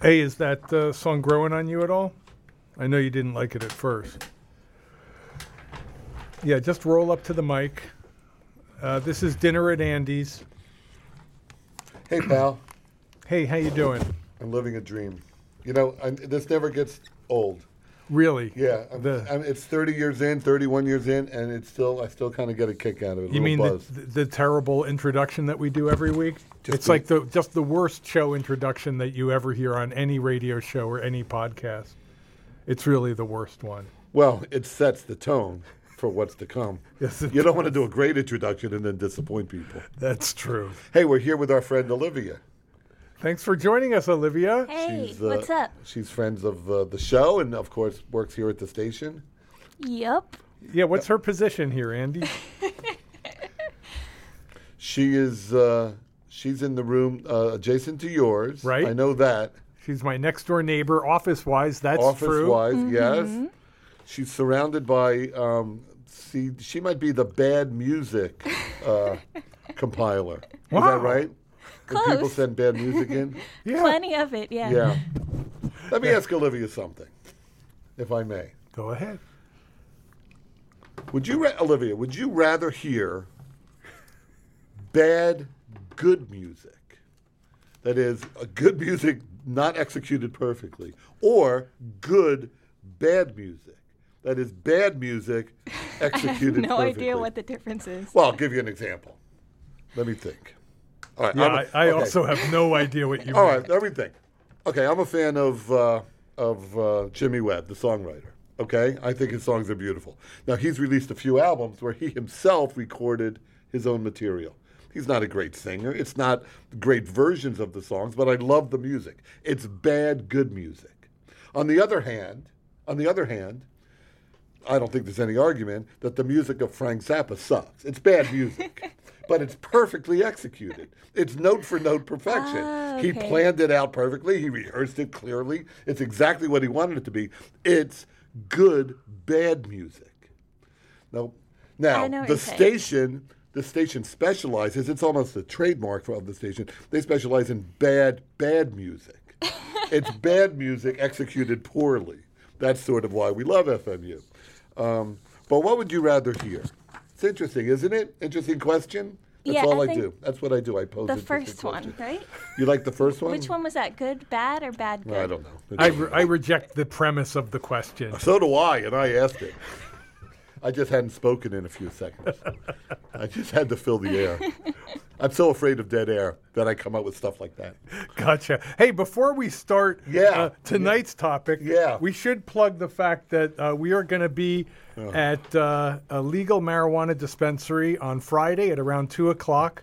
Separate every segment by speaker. Speaker 1: Hey, is that uh, song growing on you at all? I know you didn't like it at first. Yeah, just roll up to the mic. Uh, this is dinner at Andy's.
Speaker 2: Hey, pal.
Speaker 1: Hey, how you doing?
Speaker 2: I'm living a dream. You know, i this never gets old.
Speaker 1: Really?
Speaker 2: Yeah, I'm,
Speaker 1: The-
Speaker 2: I'm, it's 30 years in, 31 years in, and it's still I still kind of get a kick out of it. A
Speaker 1: You
Speaker 2: little
Speaker 1: mean the,
Speaker 2: buzz.
Speaker 1: the terrible introduction that we do every week?
Speaker 2: Just
Speaker 1: it's
Speaker 2: the-
Speaker 1: like the just the worst show introduction that you ever hear on any radio show or any podcast. It's really the worst one.
Speaker 2: well, it sets the tone for what's to come.
Speaker 1: Yes, it
Speaker 2: you don't want to do a great introduction and then disappoint people.
Speaker 1: That's true.
Speaker 2: Hey, we're here with our friend Olivia.
Speaker 1: Thanks for joining us, Olivia.
Speaker 3: Hey,
Speaker 2: She's, uh,
Speaker 3: what's up?
Speaker 2: She's friends of uh, the show, and of course works here at the station.
Speaker 3: Yup.
Speaker 1: Yeah, what's her position here, Andy?
Speaker 2: She is uh, she's in the room uh, adjacent to yours.
Speaker 1: Right.
Speaker 2: I know that.
Speaker 1: She's my next door neighbor, office wise. That's
Speaker 2: office
Speaker 1: true. Mm-hmm.
Speaker 2: wise, yes. She's surrounded by. Um, see, she might be the bad music uh, compiler. Is
Speaker 1: Wow.
Speaker 2: that right? When people
Speaker 3: Close.
Speaker 2: send bad music in.
Speaker 1: Yeah.
Speaker 3: Plenty of it, yeah.
Speaker 2: yeah. Let me ask Olivia something, if I may.
Speaker 1: Go ahead.
Speaker 2: Would you, ra- Olivia? Would you rather hear bad, good music? That is, a good music not executed perfectly, or good, bad music? That is, bad music executed
Speaker 3: I have no
Speaker 2: perfectly.
Speaker 3: idea what the difference is.
Speaker 2: Well, I'll give you an example. Let me think. All right.
Speaker 1: Yeah,
Speaker 2: I'm a-
Speaker 1: I, I
Speaker 2: okay.
Speaker 1: also have no idea what you
Speaker 2: All
Speaker 1: mean.
Speaker 2: right, let me think. Okay, I'm a fan of uh, of uh, Jimmy Webb, the songwriter. Okay, I think his songs are beautiful. Now he's released a few albums where he himself recorded his own material. He's not a great singer. It's not great versions of the songs, but I love the music. It's bad, good music. On the other hand, on the other hand, I don't think there's any argument that the music of Frank Zappa sucks. It's bad music, but it's perfectly executed. It's note for note perfection.
Speaker 3: Ah,
Speaker 2: He
Speaker 3: okay.
Speaker 2: planned it out perfectly. He rehearsed it clearly. It's exactly what he wanted it to be. It's good bad music. Now, now
Speaker 3: I know what
Speaker 2: the
Speaker 3: you're saying.
Speaker 2: station, the station specializes. It's almost a trademark for, of the station. They specialize in bad bad music. it's bad music executed poorly. That's sort of why we love FMU. Um, but what would you rather hear? It's interesting, isn't it? Interesting question. That's
Speaker 3: Yeah,
Speaker 2: all
Speaker 3: I
Speaker 2: I,
Speaker 3: think
Speaker 2: do. That's what I do. I pose
Speaker 3: the
Speaker 2: interesting
Speaker 3: first one,
Speaker 2: questions.
Speaker 3: right?
Speaker 2: You like the first one?
Speaker 3: Which one was that? Good, bad, or bad, good?
Speaker 2: I don't know. It
Speaker 1: I,
Speaker 2: doesn't
Speaker 1: re- I reject the premise of the question.
Speaker 2: So do I, and I asked it. I just hadn't spoken in a few seconds. I just had to fill the air. I'm so afraid of dead air that I come up with stuff like that.
Speaker 1: Gotcha. Hey, before we start uh,
Speaker 2: Yeah.
Speaker 1: tonight's topic,
Speaker 2: Yeah.
Speaker 1: we should plug the fact that uh, we are going to be
Speaker 2: Uh-huh.
Speaker 1: at uh, a legal marijuana dispensary on Friday at around 2 o'clock.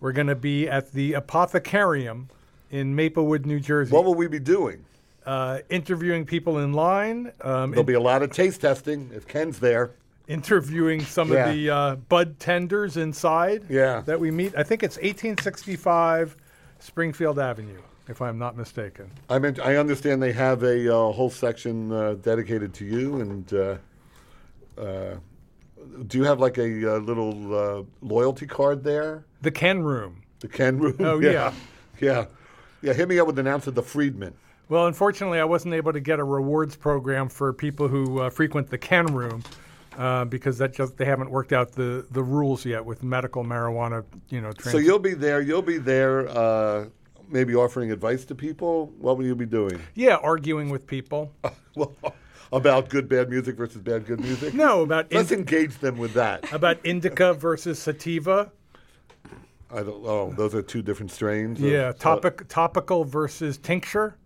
Speaker 1: We're going to be at the Apothecarium in Maplewood, New Jersey,
Speaker 2: What will we be doing?
Speaker 1: uh, interviewing people in line, um,
Speaker 2: There'll be a lot of taste testing if Ken's there.
Speaker 1: interviewing some
Speaker 2: Yeah.
Speaker 1: of the uh, bud tenders inside
Speaker 2: Yeah.
Speaker 1: that we meet. I think it's 1865 Springfield Avenue, if I'm not mistaken.
Speaker 2: I mean, I understand they have a uh, whole section uh, dedicated to you, and uh, uh, do you have like a uh, little uh, loyalty card there?
Speaker 1: The Ken Room.
Speaker 2: The Ken room?
Speaker 1: Oh,
Speaker 2: yeah. Yeah. Yeah, hit me up with an ounce of the Freedman.
Speaker 1: Well, unfortunately, I wasn't able to get a rewards program for people who uh, frequent the can room uh, because that just they haven't worked out the, the rules yet with medical marijuana. You know, trans-
Speaker 2: So you'll be there. You'll be there. Uh, maybe offering advice to people. What will you be doing?
Speaker 1: yeah, arguing with people.
Speaker 2: Well, about good bad music versus bad good music.
Speaker 1: No, about
Speaker 2: Let's
Speaker 1: indi-
Speaker 2: engage them with that.
Speaker 1: about indica versus sativa.
Speaker 2: I don't. Oh, those are two different strains. of-
Speaker 1: Yeah, topic topical versus tincture.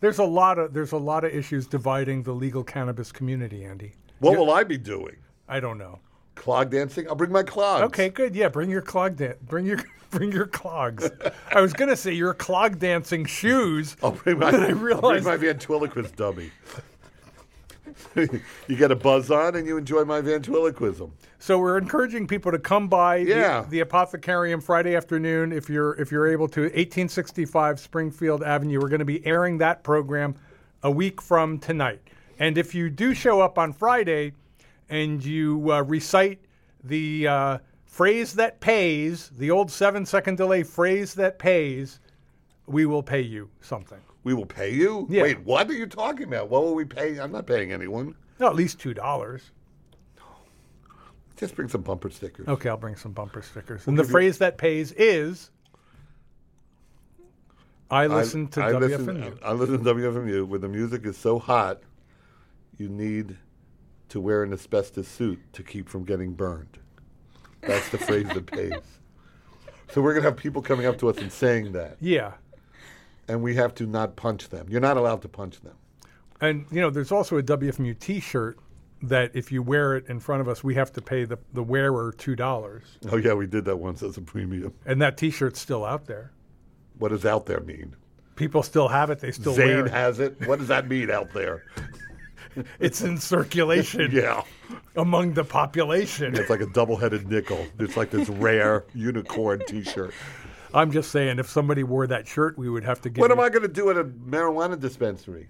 Speaker 1: There's a lot of there's a lot of issues dividing the legal cannabis community, Andy.
Speaker 2: What will I be doing?
Speaker 1: I don't know.
Speaker 2: Clog dancing. I'll bring my clogs.
Speaker 1: Okay, good. Yeah, bring your clog dan- bring your bring your clogs. I was gonna say your clog dancing shoes.
Speaker 2: I'll bring my.
Speaker 1: I
Speaker 2: I'll bring
Speaker 1: realized-
Speaker 2: my ventriloquist dummy. you get a buzz on, and you enjoy my ventriloquism.
Speaker 1: So we're encouraging people to come by the-
Speaker 2: Yeah.
Speaker 1: the, Apothecarium Friday afternoon if you're if you're able to 1865 Springfield Avenue. We're going to be airing that program a week from tonight. And if you do show up on Friday and you uh, recite the uh, phrase that pays, the old 7 second delay phrase that pays, we will pay you something.
Speaker 2: We will pay you?
Speaker 1: Yeah.
Speaker 2: Wait, what are you talking about? What will we pay? I'm not paying anyone.
Speaker 1: No, at least two dollars.
Speaker 2: Just bring some bumper stickers.
Speaker 1: Okay, I'll bring some bumper stickers. And the phrase that pays is I listen to WFMU.
Speaker 2: Listen, I listen to WFMU where the music is so hot, you need to wear an asbestos suit to keep from getting burned. That's the phrase that pays. So we're going to have people coming up to us and saying that,
Speaker 1: yeah.
Speaker 2: and we have to not punch them. You're not allowed to punch them.
Speaker 1: And you know, there's also a WFMU t-shirt that if you wear it in front of us, we have to pay the, the wearer two dollars.
Speaker 2: Oh, yeah, we did that once as a premium.
Speaker 1: And that t-shirt's still out there.
Speaker 2: What does out there mean?
Speaker 1: People still have it. They still wear
Speaker 2: Zane
Speaker 1: it.
Speaker 2: has it. What does that mean out there?
Speaker 1: it's in circulation
Speaker 2: Yeah.
Speaker 1: among the population.
Speaker 2: It's like a double headed nickel. It's like this rare unicorn t shirt.
Speaker 1: I'm just saying, if somebody wore that shirt, we would have to give.
Speaker 2: What
Speaker 1: you-
Speaker 2: am I going to do at a marijuana dispensary?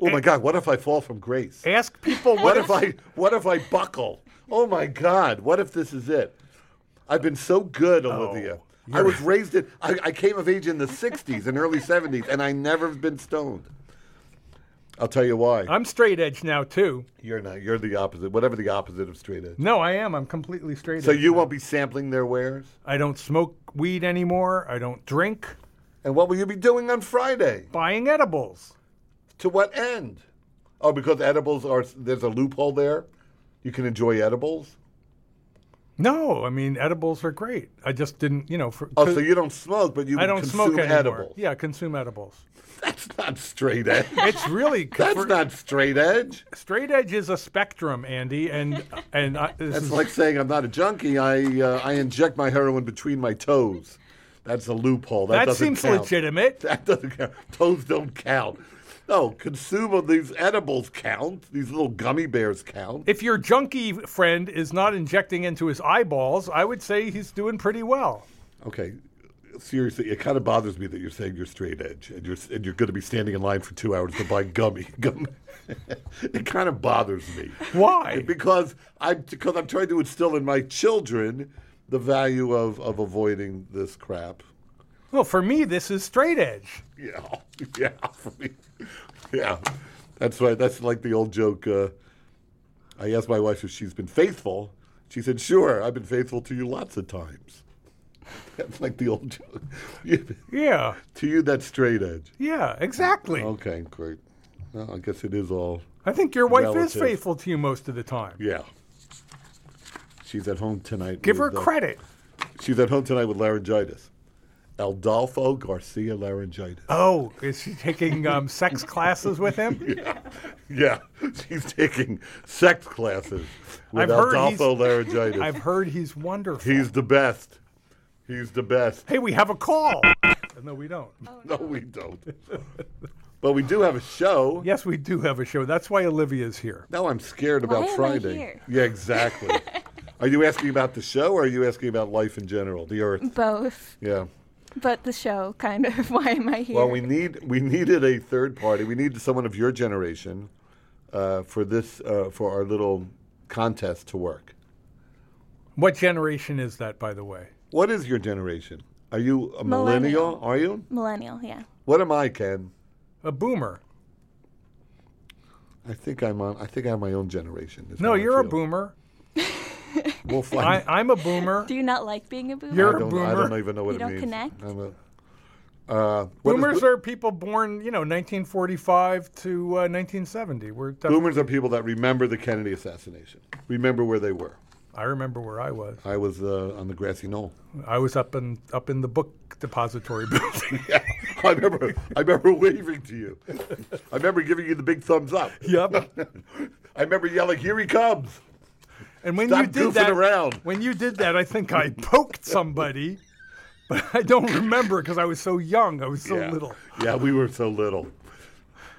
Speaker 2: Oh my God! What if I fall from grace?
Speaker 1: Ask people
Speaker 2: What
Speaker 1: what
Speaker 2: if I what if I buckle? Oh my God! What if this is it? I've been so good, Olivia. I was raised in. I, I came of age in the '60s and early '70s, and I never have been stoned. I'll tell you why.
Speaker 1: I'm straight edge now too.
Speaker 2: You're not. You're the opposite. Whatever the opposite of straight edge.
Speaker 1: No, I am. I'm completely straight
Speaker 2: So
Speaker 1: edge.
Speaker 2: you won't be sampling their wares.
Speaker 1: I don't smoke weed anymore. I don't drink.
Speaker 2: And what will you be doing on Friday?
Speaker 1: Buying edibles.
Speaker 2: To what end? Oh, because edibles are. There's a loophole there. You can enjoy edibles.
Speaker 1: No, I mean edibles are great. I just didn't, you know. For,
Speaker 2: Oh, so you don't smoke, but you
Speaker 1: I don't
Speaker 2: consume
Speaker 1: smoke anymore.
Speaker 2: edibles.
Speaker 1: Yeah, consume edibles.
Speaker 2: That's not straight edge.
Speaker 1: It's really
Speaker 2: That's not straight edge.
Speaker 1: straight edge is a spectrum, Andy, and and I, this
Speaker 2: That's
Speaker 1: is
Speaker 2: like saying I'm not a junkie. I uh, I inject my heroin between my toes. That's a loophole. That,
Speaker 1: that
Speaker 2: doesn't
Speaker 1: seems
Speaker 2: count.
Speaker 1: legitimate.
Speaker 2: That doesn't count. Toes don't count. No, consume of these edibles count. These little gummy bears count.
Speaker 1: If your junkie friend is not injecting into his eyeballs, I would say he's doing pretty well.
Speaker 2: Okay, seriously, it kind of bothers me that you're saying you're straight edge and you're and you're going to be standing in line for two hours to buy gummy gum. it kind of bothers me.
Speaker 1: Why?
Speaker 2: Because I'm because I'm trying to instill in my children the value of of avoiding this crap.
Speaker 1: Well, for me, this is straight edge.
Speaker 2: Yeah, yeah, yeah. That's right. That's like the old joke. Uh, I asked my wife if she's been faithful. She said, "Sure, I've been faithful to you lots of times." That's like the old joke. to
Speaker 1: Yeah,
Speaker 2: you, that's straight edge.
Speaker 1: yeah, exactly.
Speaker 2: Okay, great. Well, I guess it is all.
Speaker 1: I think your wife is
Speaker 2: Relative.
Speaker 1: faithful to you most of the time.
Speaker 2: Yeah. She's at home tonight.
Speaker 1: Give her
Speaker 2: with, uh,
Speaker 1: credit.
Speaker 2: She's at home tonight with laryngitis. Aldolfo Garcia laryngitis.
Speaker 1: Oh, is she taking um, sex classes with him?
Speaker 2: Yeah, she's taking sex classes with
Speaker 1: I've heard
Speaker 2: Adolfo
Speaker 1: he's-
Speaker 2: laryngitis.
Speaker 1: I've heard he's wonderful.
Speaker 2: He's the best. He's the best.
Speaker 1: hey, we have a call. No, we don't.
Speaker 2: No, we don't. but we do have a show.
Speaker 1: Yes, we do have a show. That's why Olivia's here.
Speaker 2: Now I'm scared about
Speaker 3: am I
Speaker 2: Friday.
Speaker 3: here?
Speaker 2: Yeah, exactly. are you asking about the show or are you asking about life in general, the earth?
Speaker 3: Both,
Speaker 2: Yeah.
Speaker 3: but the show, kind of. Why am I here?
Speaker 2: Well, we need we needed a third party. We needed someone of your generation uh, for this uh, for our little contest to work.
Speaker 1: What generation is that, by the way?
Speaker 2: What is your generation? Are you a millennial?
Speaker 3: Millennial.
Speaker 2: Are you?
Speaker 3: Millennial, yeah.
Speaker 2: What am I, Ken?
Speaker 1: A boomer.
Speaker 2: I think I'm on. I think I'm my own generation. is
Speaker 1: No,
Speaker 2: how I
Speaker 1: you're a
Speaker 2: feel.
Speaker 1: boomer.
Speaker 2: We'll find.
Speaker 1: I, I'm a boomer.
Speaker 3: Do you not like being a boomer?
Speaker 2: I
Speaker 1: You're- a
Speaker 2: don't, I
Speaker 1: boomer.
Speaker 2: don't even know what
Speaker 3: You
Speaker 2: it
Speaker 3: don't
Speaker 2: means.
Speaker 3: connect?
Speaker 2: I'm a, uh, what is
Speaker 1: Boomers
Speaker 2: bo-
Speaker 1: are people born, you know, 1945 to uh, 1970. We're def-
Speaker 2: boomers are people that remember the Kennedy assassination. Remember where they were.
Speaker 1: I remember where I was.
Speaker 2: I was uh, on the grassy knoll.
Speaker 1: I was up in up in the book depository building.
Speaker 2: Yeah, I remember. I remember waving to you. I remember giving you the big thumbs up.
Speaker 1: yep.
Speaker 2: I remember yelling, "Here he comes!"
Speaker 1: And when
Speaker 2: Stop
Speaker 1: you did
Speaker 2: goofing
Speaker 1: that,
Speaker 2: around.
Speaker 1: when you did that, I think I poked somebody, but I don't remember because I was so young. I was so
Speaker 2: yeah.
Speaker 1: little.
Speaker 2: Yeah, we were so little.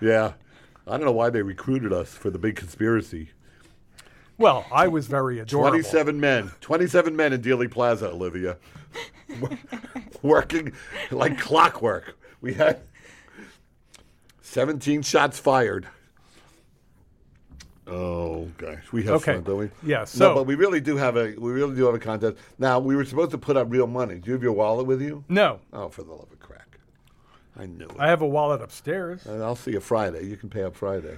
Speaker 2: Yeah, I don't know why they recruited us for the big conspiracy.
Speaker 1: Well, I was very adorable.
Speaker 2: Twenty-seven men. Twenty-seven men in Dealey Plaza, Olivia, Wo- working like clockwork. We had seventeen shots fired. Oh gosh, we have
Speaker 1: Okay.
Speaker 2: fun, don't we?
Speaker 1: Yeah,
Speaker 2: no,
Speaker 1: so-
Speaker 2: but we really do have a we really do have a contest. Now we were supposed to put up real money. Do you have your wallet with you?
Speaker 1: No,
Speaker 2: Oh, for the love of crack! I knew it.
Speaker 1: I have a wallet upstairs.
Speaker 2: And I'll see you Friday. You can pay up Friday.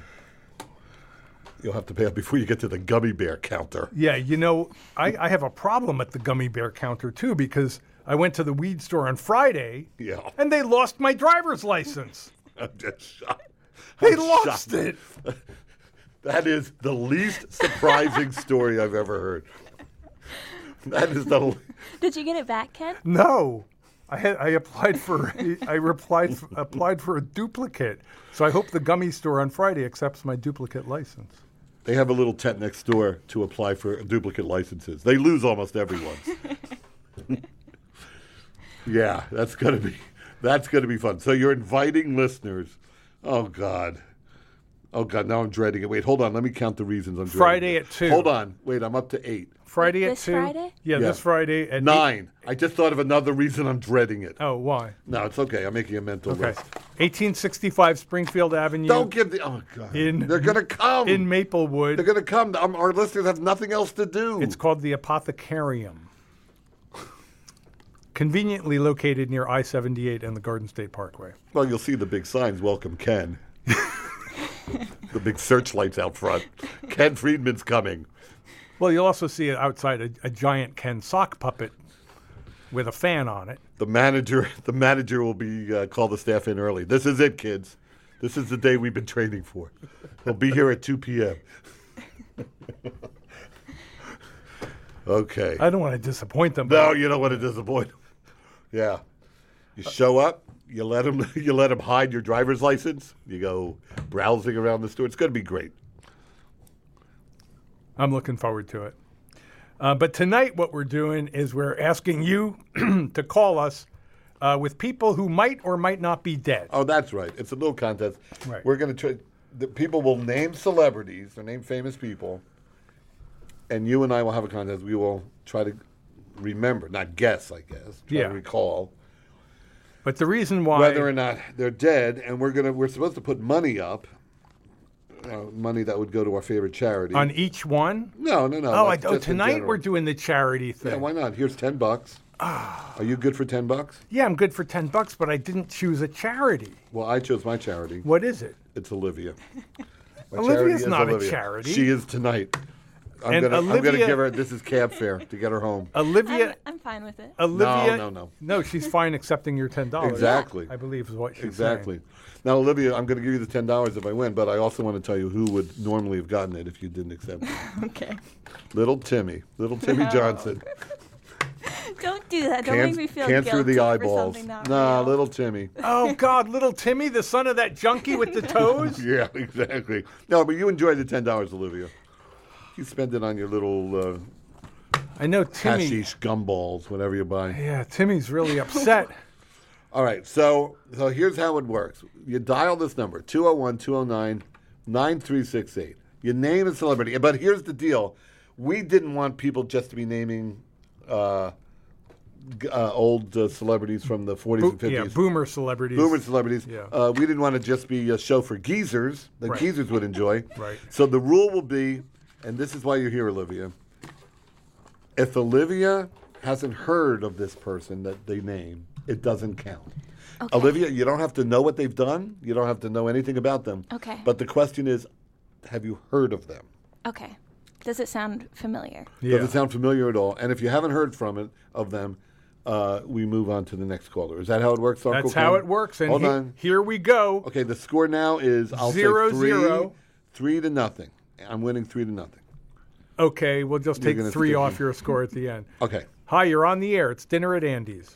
Speaker 2: You'll have to pay up before you get to the gummy bear counter.
Speaker 1: Yeah, you know, I, I have a problem at the gummy bear counter too because I went to the weed store on Friday
Speaker 2: Yeah.
Speaker 1: and they lost my driver's license.
Speaker 2: I'm just shocked.
Speaker 1: They
Speaker 2: I'm
Speaker 1: lost
Speaker 2: shocked.
Speaker 1: it.
Speaker 2: That is the least surprising story I've ever heard. That is the. le-
Speaker 3: Did you get it back, Ken?
Speaker 1: No. I, had, I applied for I replied applied for a duplicate. So I hope the gummy store on Friday accepts my duplicate license.
Speaker 2: They have a little tent next door to apply for duplicate licenses. They lose almost everyone. yeah, that's gonna be that's gonna be fun. So you're inviting listeners. Oh God. Oh God, now I'm dreading it. Wait, hold on. Let me count the reasons I'm dreading
Speaker 1: Friday
Speaker 2: it.
Speaker 1: at two.
Speaker 2: Hold on. Wait, I'm up to eight.
Speaker 1: Friday
Speaker 3: This
Speaker 1: at 2.
Speaker 3: Friday?
Speaker 1: Yeah,
Speaker 2: Yeah.
Speaker 1: this Friday at eight-
Speaker 2: Nine. I just thought of another reason I'm dreading it.
Speaker 1: Oh, why?
Speaker 2: No, it's okay. I'm making a mental
Speaker 1: Okay.
Speaker 2: list.
Speaker 1: 1865 Springfield Avenue
Speaker 2: Don't give the oh god.
Speaker 1: In-
Speaker 2: They're gonna come.
Speaker 1: in Maplewood.
Speaker 2: They're gonna come. Um, our listeners have nothing else to do.
Speaker 1: It's called the Apothecarium. Conveniently located near I 78 and the Garden State Parkway.
Speaker 2: Well, you'll see the big signs, welcome Ken. the big searchlights out front. Ken Friedman's coming.
Speaker 1: Well, you'll also see it outside a, a giant Ken sock puppet with a fan on it.
Speaker 2: The manager the manager will be uh, call the staff in early. This is it, kids. This is the day we've been training for. He'll be here at 2 p.m. okay.
Speaker 1: I don't want to disappoint them.
Speaker 2: No, you don't want to disappoint him. Yeah. You show up, you let him you let him hide your driver's license. You go browsing around the store. It's going to be great.
Speaker 1: I'm looking forward to it. Uh, but tonight, what we're doing is we're asking you to call us uh, with people who might or might not be dead.
Speaker 2: Oh, that's right. It's a little contest.
Speaker 1: Right.
Speaker 2: We're going to try. The people will name celebrities or name famous people, and you and I will have a contest. We will try to remember, not guess, I guess. Try
Speaker 1: Yeah.
Speaker 2: to recall
Speaker 1: But the reason why.
Speaker 2: whether or not they're dead, and we're gonna we're supposed to put money up, uh, money that would go to our favorite charity.
Speaker 1: on each one?
Speaker 2: no, no, no.
Speaker 1: Oh, I,
Speaker 2: that's
Speaker 1: oh
Speaker 2: just in
Speaker 1: tonight
Speaker 2: general.
Speaker 1: we're doing the charity thing. Ah.
Speaker 2: Yeah, why not? Here's ten bucks. Are you good for ten bucks?
Speaker 1: Yeah, I'm good for 10 bucks, but I didn't choose a charity.
Speaker 2: Well, I chose my charity.
Speaker 1: What is it?
Speaker 2: It's Olivia. My
Speaker 1: Olivia's
Speaker 2: charity is
Speaker 1: not a charity.
Speaker 2: She is tonight. I'm
Speaker 1: And
Speaker 2: gonna I'm gonna
Speaker 1: Olivia-
Speaker 2: give her this is cab fare to get her home.
Speaker 1: Olivia.
Speaker 3: I'm, I'm fine with it.
Speaker 1: Olivia.
Speaker 2: No, no, no.
Speaker 1: No, she's fine accepting your $10.
Speaker 2: Exactly.
Speaker 1: I believe is what she's
Speaker 2: Exactly.
Speaker 1: saying.
Speaker 2: Now Olivia, I'm gonna give you the ten dollars if I win, but I also want to tell you who would normally have gotten it if you didn't accept it.
Speaker 3: Okay.
Speaker 2: little Timmy. Little Timmy Johnson.
Speaker 3: Don't do that. Don't
Speaker 2: Can,
Speaker 3: make me feel
Speaker 2: can
Speaker 3: guilty
Speaker 2: through the eyeballs.
Speaker 3: for something not
Speaker 2: nah,
Speaker 3: real.
Speaker 2: little Timmy.
Speaker 1: Oh, God, little Timmy, the son of that junkie with the toes?
Speaker 2: Yeah, exactly. No, but you enjoyed the ten dollars, Olivia. You spend it on your little uh,
Speaker 1: I know Timmy.
Speaker 2: hashish gumballs, whatever you buy.
Speaker 1: Yeah, Timmy's really upset.
Speaker 2: All right, so so here's how it works. You dial this number, 201-209-9368. You name a celebrity. But here's the deal. We didn't want people just to be naming uh, g- uh, old uh, celebrities from the 40s
Speaker 1: Bo-
Speaker 2: and 50s.
Speaker 1: yeah, boomer celebrities.
Speaker 2: Boomer celebrities.
Speaker 1: Yeah.
Speaker 2: Uh, we didn't want to just be a show for geezers that
Speaker 1: Right.
Speaker 2: geezers would enjoy.
Speaker 1: Right.
Speaker 2: So the rule will be, and this is why you're here, Olivia. If Olivia hasn't heard of this person that they name, it doesn't count. Olivia, you don't have to know what they've done. You don't have to know anything about them.
Speaker 3: Okay.
Speaker 2: But the question is, have you heard of them?
Speaker 3: Okay. Does it sound familiar?
Speaker 1: Yeah.
Speaker 2: Does it sound familiar at all? And if you haven't heard from it of them, uh, we move on to the next caller. Is that how it works, Uncle
Speaker 1: That's how
Speaker 2: Ken?
Speaker 1: it works. And
Speaker 2: Hold
Speaker 1: he-
Speaker 2: on.
Speaker 1: here we go.
Speaker 2: Okay, the score now is I'll
Speaker 1: Zero,
Speaker 2: say three,
Speaker 1: zero.
Speaker 2: three to nothing. I'm winning three to nothing.
Speaker 1: Okay, we'll just
Speaker 2: You're
Speaker 1: take
Speaker 2: gonna
Speaker 1: three
Speaker 2: stick
Speaker 1: off
Speaker 2: me.
Speaker 1: your score at the end.
Speaker 2: Okay,
Speaker 1: Hi, you're on the air. It's dinner at Andy's.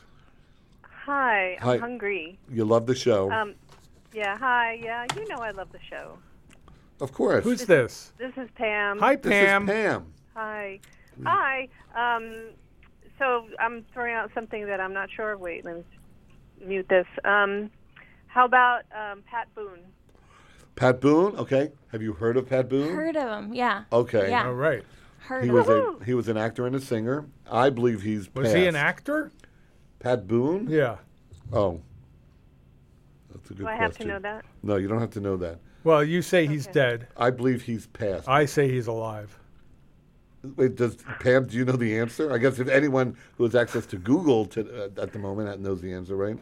Speaker 4: Hi, I'm
Speaker 2: Hi.
Speaker 4: hungry.
Speaker 2: you love the show,
Speaker 3: Uh,
Speaker 4: Um, yeah, hi, yeah, you know I love the show.
Speaker 2: of course.
Speaker 1: Who's this?
Speaker 4: This is Pam.
Speaker 1: Hi,
Speaker 2: this Is
Speaker 1: Pam.
Speaker 2: Pam. Mm.
Speaker 4: Hi. Hi. Um, so I'm throwing out something that I'm not sure of. Wait, let me mute this. Um, how about um, Pat Boone?
Speaker 2: Pat Boone. Okay, have you heard of Pat Boone?
Speaker 3: Heard of him? Yeah.
Speaker 2: Okay.
Speaker 1: All
Speaker 3: Yeah.
Speaker 1: right.
Speaker 3: Heard
Speaker 2: He
Speaker 3: of
Speaker 2: was
Speaker 3: him.
Speaker 2: a he was an actor and a singer. I believe he's
Speaker 1: Was he an
Speaker 2: passed.
Speaker 1: actor?
Speaker 2: Pat Boone.
Speaker 1: Yeah.
Speaker 2: Oh, that's a good
Speaker 4: Do I
Speaker 2: question.
Speaker 4: have to know that?
Speaker 2: No, you don't have to know that.
Speaker 1: Well, you say he's
Speaker 4: Okay.
Speaker 1: dead.
Speaker 2: I believe he's passed.
Speaker 1: I say he's alive.
Speaker 2: Wait, does Pam? Do you know the answer? I guess if uh, anyone who has access to Google to, uh, at the moment knows the answer, right?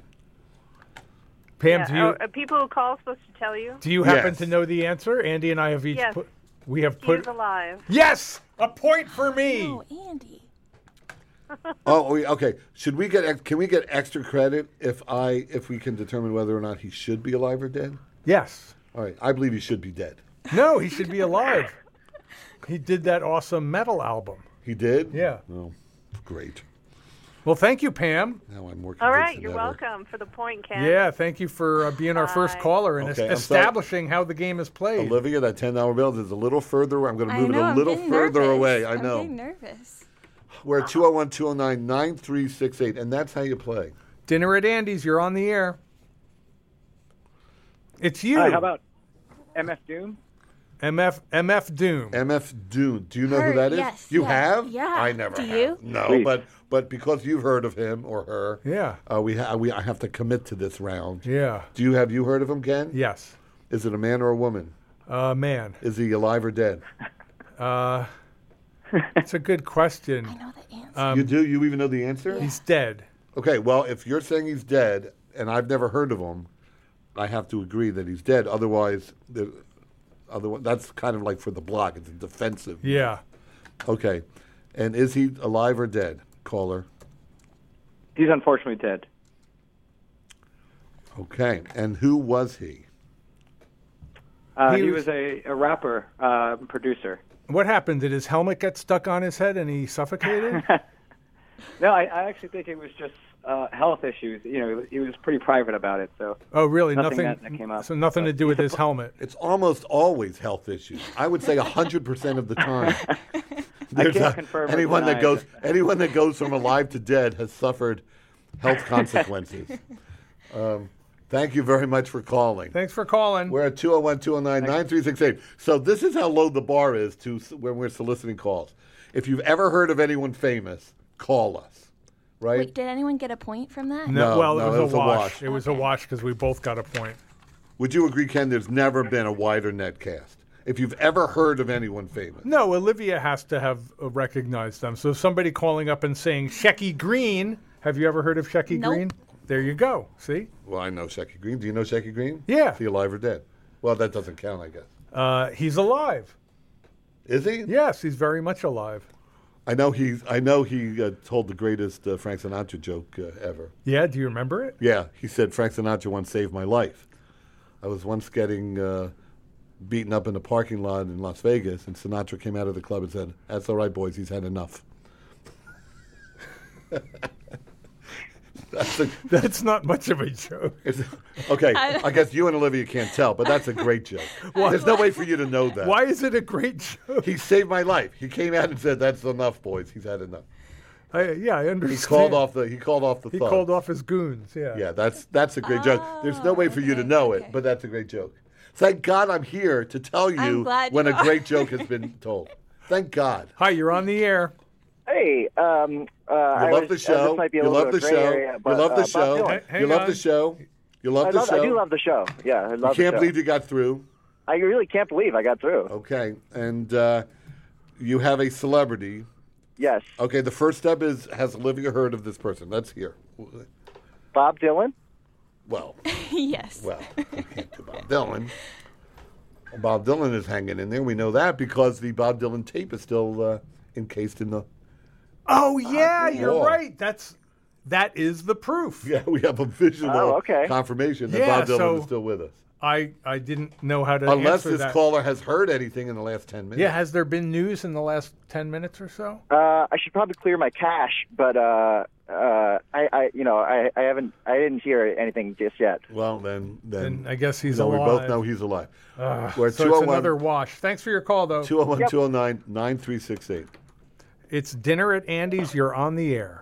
Speaker 1: Pam, do you
Speaker 4: Are, are people who call supposed to tell you?
Speaker 1: do you happen
Speaker 2: Yes.
Speaker 1: to know the answer? Andy and I have each
Speaker 4: Yes.
Speaker 1: put. We have
Speaker 4: He is
Speaker 1: put.
Speaker 4: alive.
Speaker 1: Yes, a point for me.
Speaker 3: Oh, Andy.
Speaker 2: Oh, we- okay. Should we get? ex- Can we get extra credit if I if we can determine whether or not he should be alive or dead?
Speaker 1: Yes.
Speaker 2: All right. I believe he should be dead.
Speaker 1: No, he should be alive. He did that awesome metal album.
Speaker 2: He did.
Speaker 1: Yeah.
Speaker 2: Oh, great.
Speaker 1: Well, thank you, Pam.
Speaker 2: Now I'm more.
Speaker 4: All
Speaker 2: convinced
Speaker 4: right,
Speaker 2: than
Speaker 4: you're
Speaker 2: ever.
Speaker 4: welcome for the point, Ken.
Speaker 1: Yeah, thank you for uh, being our first caller and es-
Speaker 2: Okay, I'm sorry. Oh.
Speaker 1: establishing how the game is played.
Speaker 2: Olivia, that ten dollar bill is a little further. I'm going to
Speaker 3: I
Speaker 2: move
Speaker 3: know.
Speaker 2: it a
Speaker 3: I'm
Speaker 2: little
Speaker 3: getting
Speaker 2: further
Speaker 3: nervous.
Speaker 2: away. I
Speaker 3: I'm
Speaker 2: know.
Speaker 3: getting nervous.
Speaker 2: We're at 201 209 9368, and that's how you play.
Speaker 1: Dinner at Andy's. You're on the air. It's you.
Speaker 5: Hi, Uh, how about MF Doom?
Speaker 1: MF MF Doom?
Speaker 2: MF Dune. Do you know
Speaker 3: Her,
Speaker 2: who that is?
Speaker 3: yes,
Speaker 2: you
Speaker 3: yeah,
Speaker 2: have?
Speaker 3: yeah.
Speaker 2: I never
Speaker 3: Do
Speaker 2: have.
Speaker 3: you?
Speaker 2: No,
Speaker 5: Please.
Speaker 2: but but because you've heard of him or her,
Speaker 1: Yeah.
Speaker 2: uh, we, ha- we I have to commit to this round.
Speaker 1: Yeah.
Speaker 2: Do you have you heard of him, Ken?
Speaker 1: Yes.
Speaker 2: Is it a man or a woman?
Speaker 1: Uh, man, uh,
Speaker 2: Is he alive or dead?
Speaker 1: it's a good question.
Speaker 3: I know the answer.
Speaker 2: you do? You even know the answer?
Speaker 1: Um, He's dead.
Speaker 2: Okay, well, if you're saying he's dead and I've never heard of him, I have to agree that he's dead. Otherwise, the, otherwise that's kind of like for the block. It's defensive.
Speaker 1: Yeah.
Speaker 2: Okay. And is he alive or dead? Caller.
Speaker 5: He's unfortunately dead.
Speaker 2: Okay. And who was he?
Speaker 5: Uh,
Speaker 1: He
Speaker 5: he,
Speaker 1: was-
Speaker 5: was, a, a rapper, uh, producer.
Speaker 1: What happened? Did his helmet get stuck on his head and he suffocated?
Speaker 5: No, I, I actually think it was just uh, health issues. You know, he was pretty private about it. So
Speaker 1: oh, really?
Speaker 5: Nothing
Speaker 1: Nothing.
Speaker 5: that- that came up.
Speaker 1: So nothing to do with his helmet.
Speaker 2: It's almost always health issues. I would say 100% of the time. There's
Speaker 5: can't confirm or
Speaker 2: anyone that
Speaker 5: deny
Speaker 2: goes anyone that goes from alive to dead has suffered health consequences. um, thank you very much for calling.
Speaker 1: Thanks for calling.
Speaker 2: We're at 201 209 9368. So, this is how low the bar is to when we're soliciting calls. If you've ever heard of anyone famous, call us, right?
Speaker 3: Wait, did anyone get a point from that?
Speaker 2: No,
Speaker 1: well,
Speaker 2: no,
Speaker 1: it was, a, wash. It was a
Speaker 3: Okay.
Speaker 1: wash because we both got a point.
Speaker 2: Would you agree, Ken, there's never been a wider net cast? If you've ever heard of anyone famous,
Speaker 1: No, Olivia has to have uh, recognized them. So if somebody calling up and saying Shecky Green, have you ever heard of Shecky
Speaker 3: Nope.
Speaker 1: Green? There you go. See,
Speaker 2: well, I know Shecky Green. Do you know Shecky Green?
Speaker 1: Yeah.
Speaker 2: Is he alive or dead? Well, that doesn't count, I guess.
Speaker 1: uh, he's alive.
Speaker 2: Is he?
Speaker 1: Yes, he's very much alive.
Speaker 2: I know he. I know he uh, told the greatest uh, Frank Sinatra joke uh, ever.
Speaker 1: Yeah, do you remember it?
Speaker 2: Yeah, he said Frank Sinatra once saved my life. I was once getting uh, beaten up in a parking lot in Las Vegas, and Sinatra came out of the club and said, "That's all right, boys. He's had enough." that's a,
Speaker 1: That's not much of a joke.
Speaker 2: it's, okay, I guess you and Olivia can't tell, but that's a great joke. There's no way for you to know that.
Speaker 1: Why is it a great joke?
Speaker 2: He saved my life. He came out and said, "That's enough, boys. He's had enough."
Speaker 1: I, yeah, I understand.
Speaker 2: He called off the. He called off the.
Speaker 1: He
Speaker 2: thug.
Speaker 1: called Oh, off his goons. Yeah.
Speaker 2: Yeah, that's that's a great joke. There's no way for you to
Speaker 3: okay,
Speaker 2: know it,
Speaker 3: okay.
Speaker 2: but that's a great joke. Thank God I'm here to tell you
Speaker 3: glad
Speaker 2: when
Speaker 3: you
Speaker 2: a
Speaker 3: are.
Speaker 2: great joke has been told. Thank God.
Speaker 1: Hi, you're on the air.
Speaker 6: Hey, um, uh,
Speaker 2: You
Speaker 6: I
Speaker 2: love
Speaker 6: was-
Speaker 2: the
Speaker 6: uh,
Speaker 2: show.
Speaker 6: This might be a
Speaker 2: You
Speaker 6: little
Speaker 2: love the
Speaker 6: bit of a
Speaker 2: show.
Speaker 6: gray area,
Speaker 2: You
Speaker 6: but,
Speaker 2: love
Speaker 6: uh,
Speaker 2: the
Speaker 6: Bob
Speaker 2: show.
Speaker 6: Dylan.
Speaker 1: Hang
Speaker 2: You love the
Speaker 1: on.
Speaker 2: show. You love
Speaker 6: I,
Speaker 2: the
Speaker 6: love, I do
Speaker 2: show.
Speaker 6: love the show. Yeah, I
Speaker 2: I
Speaker 6: love.
Speaker 2: can't
Speaker 6: the show.
Speaker 2: believe you got through.
Speaker 6: I really can't believe I got through.
Speaker 2: Okay, and uh, you have a celebrity.
Speaker 6: Yes,
Speaker 2: Okay, the first step is has Olivia heard of this person? Let's hear.
Speaker 6: Bob Dylan.
Speaker 2: Well,
Speaker 3: yes.
Speaker 2: well, we can't do Bob Dylan. Bob Dylan is hanging in there. We know that because the Bob Dylan tape is still uh, encased in the
Speaker 1: Oh yeah, you're
Speaker 2: wall.
Speaker 1: right. That's that is the proof.
Speaker 2: Yeah, we have a visual
Speaker 6: Oh, okay.
Speaker 2: confirmation that
Speaker 1: Yeah,
Speaker 2: Bob Dylan
Speaker 1: so-
Speaker 2: is still with us.
Speaker 1: I I didn't know how to
Speaker 2: Unless
Speaker 1: answer
Speaker 2: this
Speaker 1: that.
Speaker 2: caller has heard anything in the last 10 minutes.
Speaker 1: yeah, has there been news in the last ten minutes or so?
Speaker 6: Uh, I should probably clear my cache, but uh, uh, I, I, you know, I, I haven't, I didn't hear anything just yet.
Speaker 2: Well, then, then
Speaker 1: Then I guess he's
Speaker 2: no, we both
Speaker 1: alive.
Speaker 2: know he's alive.
Speaker 1: So
Speaker 2: We're
Speaker 1: it's another wash. Thanks for your call, though.
Speaker 2: 201 209 9368.
Speaker 1: It's dinner at Andy's. You're on the air.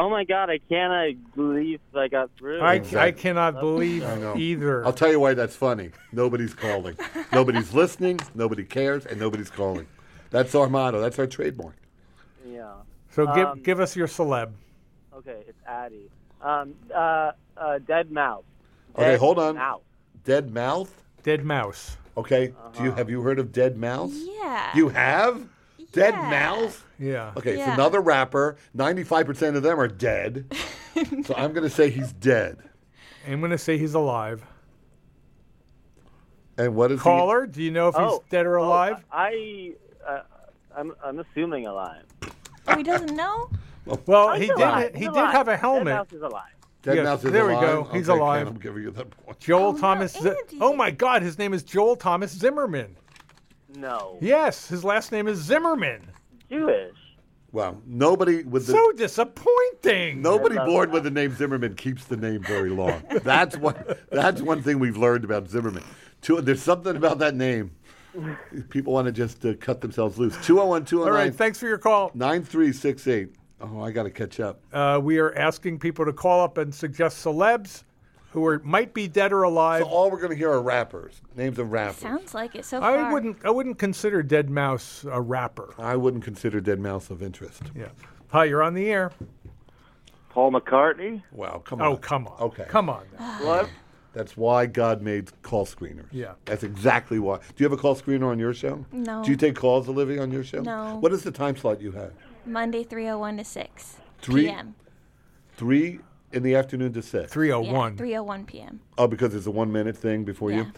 Speaker 7: Oh my god, I cannot believe I got through.
Speaker 1: I,
Speaker 2: Exactly.
Speaker 1: I
Speaker 7: Oh.
Speaker 1: cannot believe
Speaker 2: know.
Speaker 1: either.
Speaker 2: I'll tell you why that's funny. Nobody's calling. nobody's listening. Nobody cares. And nobody's calling. That's our motto. That's our trademark.
Speaker 7: yeah.
Speaker 1: so
Speaker 7: um,
Speaker 1: give give us your celeb.
Speaker 7: Okay, it's Addy. Um, uh, uh, Dead Mouse.
Speaker 2: Okay,
Speaker 7: Dead
Speaker 2: hold on.
Speaker 7: Mouse.
Speaker 2: Dead Mouth?
Speaker 1: Dead mouse.
Speaker 2: Okay. Do you Have you heard of Dead Mouse?
Speaker 3: Yeah.
Speaker 2: You have? Dead
Speaker 3: Yeah.
Speaker 2: Mouth?
Speaker 1: Yeah.
Speaker 2: Okay, it's
Speaker 3: Yeah.
Speaker 2: another rapper. 95% of them are dead. so I'm going to say he's dead.
Speaker 1: I'm going to say he's alive.
Speaker 2: And what is he-
Speaker 1: Caller, do you know if he's
Speaker 7: oh,
Speaker 1: dead or
Speaker 7: oh,
Speaker 1: alive?
Speaker 7: I, uh, I'm, I'm assuming alive.
Speaker 3: Oh, he doesn't know?
Speaker 2: Oh.
Speaker 1: well, he
Speaker 7: He's alive.
Speaker 1: did. He
Speaker 7: He's
Speaker 1: did
Speaker 7: alive.
Speaker 1: have a
Speaker 7: Dead
Speaker 1: helmet.
Speaker 7: mouse is alive.
Speaker 2: Dead
Speaker 1: Yes,
Speaker 2: Mouse is
Speaker 1: there we
Speaker 2: alive?
Speaker 1: go. He's
Speaker 2: Okay, Ken,
Speaker 1: alive.
Speaker 2: I'm giving you that point.
Speaker 1: Joel
Speaker 3: Oh, no,
Speaker 1: Thomas. Zi-
Speaker 3: Andy.
Speaker 1: oh my God, his name is Joel Thomas Zimmerman.
Speaker 2: Oh.
Speaker 7: No,
Speaker 1: Yes, his last name is Zimmerman.
Speaker 7: Jewish.
Speaker 2: Wow. Nobody with the
Speaker 1: So disappointing.
Speaker 2: nobody
Speaker 7: I love
Speaker 2: born
Speaker 7: that.
Speaker 2: with the name Zimmerman keeps the name very long. that's one. That's one thing we've learned about Zimmerman. Two, there's something about that name. People want to just uh, cut themselves loose. 201
Speaker 1: All right,
Speaker 2: 209
Speaker 1: thanks for your call.
Speaker 2: 9368. Oh, I got to catch up.
Speaker 1: Uh, we are asking people to call up and suggest celebs who are might be dead or alive.
Speaker 2: So all we're going to hear are rappers, names of rappers.
Speaker 3: Sounds like it so far.
Speaker 1: I wouldn't. I wouldn't consider Dead Mouse a rapper.
Speaker 2: I wouldn't consider Dead Mouse of interest.
Speaker 1: Yeah. Hi, you're on the air.
Speaker 7: Paul McCartney.
Speaker 2: Wow, come on.
Speaker 1: Oh, come on.
Speaker 2: Okay.
Speaker 1: Come on. now.
Speaker 7: What?
Speaker 2: That's why God made call screeners.
Speaker 1: Yeah.
Speaker 2: That's exactly why. Do you have a call screener on your show?
Speaker 3: No.
Speaker 2: Do you take calls, Olivia, on your show?
Speaker 3: No.
Speaker 2: What is the time slot you have?
Speaker 3: Monday, 301 to 6
Speaker 2: Three-
Speaker 3: p.m.
Speaker 2: Three in the afternoon to six.
Speaker 1: 301.
Speaker 3: Yeah, 301 p.m.
Speaker 2: Oh, because it's a one minute thing before you?
Speaker 3: Yeah.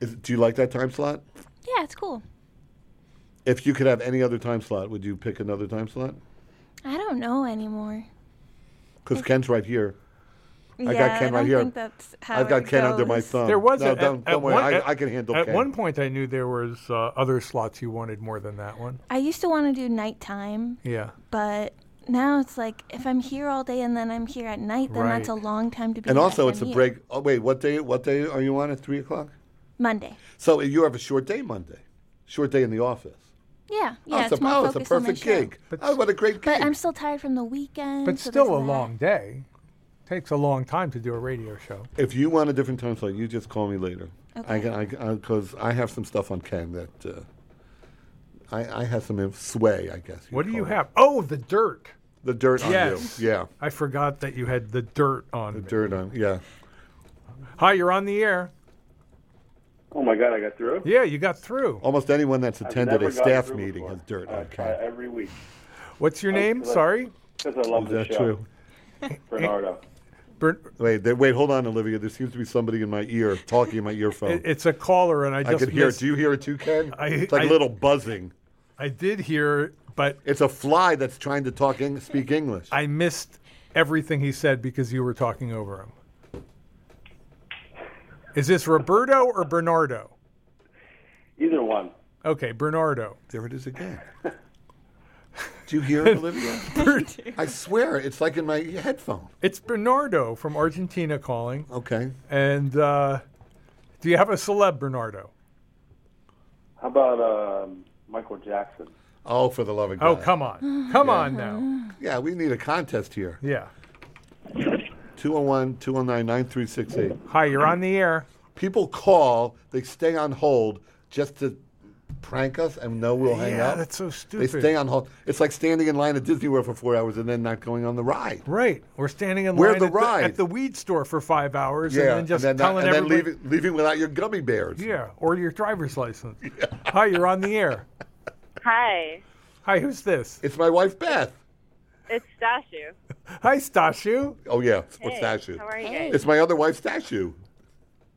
Speaker 2: Is, do you like that time slot?
Speaker 3: Yeah, it's cool.
Speaker 2: If you could have any other time slot, would you pick another time slot?
Speaker 3: I don't know anymore.
Speaker 2: Because Ken's right here.
Speaker 3: Yeah,
Speaker 2: got Ken
Speaker 3: I
Speaker 2: right
Speaker 3: don't
Speaker 2: here.
Speaker 3: Think that's how
Speaker 2: I've got
Speaker 3: it
Speaker 2: Ken under my
Speaker 3: goes.
Speaker 2: thumb.
Speaker 1: There was
Speaker 2: no,
Speaker 1: a,
Speaker 2: don't,
Speaker 1: at,
Speaker 2: don't worry.
Speaker 1: One,
Speaker 2: I,
Speaker 1: at-
Speaker 2: I can handle
Speaker 1: At
Speaker 2: Ken.
Speaker 1: one point, I knew there was uh, other slots you wanted more than that one.
Speaker 3: I used to want to do nighttime,
Speaker 1: Yeah.
Speaker 3: but now it's like if I'm here all day and then I'm here at night, then that's a
Speaker 1: Right.
Speaker 3: long time to be.
Speaker 2: and
Speaker 3: back
Speaker 2: also,
Speaker 3: on
Speaker 2: it's a
Speaker 3: here.
Speaker 2: break. Oh, wait, what day? What day are you on at three o'clock?
Speaker 3: Monday.
Speaker 2: So you have a short day Monday, short day in the office.
Speaker 3: Yeah, yeah,
Speaker 2: oh,
Speaker 3: it's,
Speaker 2: it's, a,
Speaker 3: more
Speaker 2: oh, it's a
Speaker 3: focused
Speaker 2: perfect
Speaker 3: on my show.
Speaker 2: gig. oh, what a great gig.
Speaker 3: But I'm still tired from the weekend.
Speaker 1: But
Speaker 3: so
Speaker 1: still
Speaker 3: this
Speaker 1: a
Speaker 3: and that.
Speaker 1: long day. Takes a long time to do a radio show.
Speaker 2: if you want a different time slot, you just call me later. I
Speaker 3: Okay.
Speaker 2: can, because I, have some stuff on Ken that uh, I, I have some inf- sway, I guess.
Speaker 1: What do you
Speaker 2: call it.
Speaker 1: have? Oh, the dirt.
Speaker 2: The dirt
Speaker 1: Yes.
Speaker 2: on you. Yeah.
Speaker 1: I forgot that you had the dirt on. me.
Speaker 2: Dirt on. Yeah.
Speaker 1: Hi, you're on the air.
Speaker 8: Oh my God, I got through.
Speaker 1: Yeah, you got through.
Speaker 2: Almost anyone that's
Speaker 8: I've
Speaker 2: attended
Speaker 8: never
Speaker 2: a
Speaker 8: gotten
Speaker 2: staff
Speaker 8: through
Speaker 2: meeting
Speaker 8: before.
Speaker 2: has dirt
Speaker 8: I
Speaker 2: on
Speaker 8: try
Speaker 2: Ken.
Speaker 8: every week
Speaker 1: What's your name?
Speaker 8: Hello.
Speaker 1: Sorry,
Speaker 8: because I love
Speaker 2: Is
Speaker 8: the
Speaker 2: that
Speaker 8: show.
Speaker 2: true?
Speaker 8: Bernardo.
Speaker 1: Bern-
Speaker 2: Wait, there, wait, hold on, Olivia. There seems to be somebody in my ear talking in my earphone.
Speaker 1: it- it's a caller, and I
Speaker 2: I
Speaker 1: just
Speaker 2: could hear it.
Speaker 1: missed-
Speaker 2: Do you hear it too, Ken?
Speaker 1: I-
Speaker 2: it's like
Speaker 1: I-
Speaker 2: a little buzzing.
Speaker 1: I did hear, but
Speaker 2: It's a fly that's trying to talk Eng- speak English.
Speaker 1: I missed everything he said because you were talking over him. Is this Roberto or Bernardo?
Speaker 8: Either one.
Speaker 1: Okay, Bernardo.
Speaker 2: There it is again. Do you hear it, Olivia? I swear, it's like in my headphone.
Speaker 1: It's Bernardo from Argentina calling.
Speaker 2: Okay.
Speaker 1: And uh, do you have a celeb, Bernardo?
Speaker 8: How about um, Michael Jackson?
Speaker 2: Oh, for the love of
Speaker 1: Oh,
Speaker 2: God.
Speaker 1: come on. Come on now.
Speaker 2: Yeah, we need a contest here.
Speaker 1: Yeah.
Speaker 2: 201 209 9368.
Speaker 1: Hi, you're on the air.
Speaker 2: People call, they stay on hold just to prank us and know we'll hang
Speaker 1: Yeah,
Speaker 2: up.
Speaker 1: that's so
Speaker 2: They
Speaker 1: stupid.
Speaker 2: stay on hold. It's like standing in line at Disney World for four hours and then not going on the ride.
Speaker 1: Right. We're standing in
Speaker 2: Where
Speaker 1: line
Speaker 2: the
Speaker 1: at,
Speaker 2: ride?
Speaker 1: The, at the weed store for five hours and then just
Speaker 2: and then, not-
Speaker 1: telling
Speaker 2: and then
Speaker 1: everybody.
Speaker 2: leaving, leaving without your gummy bears.
Speaker 1: Yeah, or your driver's license. Hi, you're on the air.
Speaker 4: Hi,
Speaker 1: Hi, who's this?
Speaker 2: It's my wife, Beth.
Speaker 4: it's Stashu.
Speaker 1: Hi, Stashu.
Speaker 2: Oh, yeah, it's for
Speaker 4: Hey,
Speaker 2: Stashu.
Speaker 4: How are you
Speaker 3: Hey.
Speaker 4: guys?
Speaker 2: It's my other wife's statue.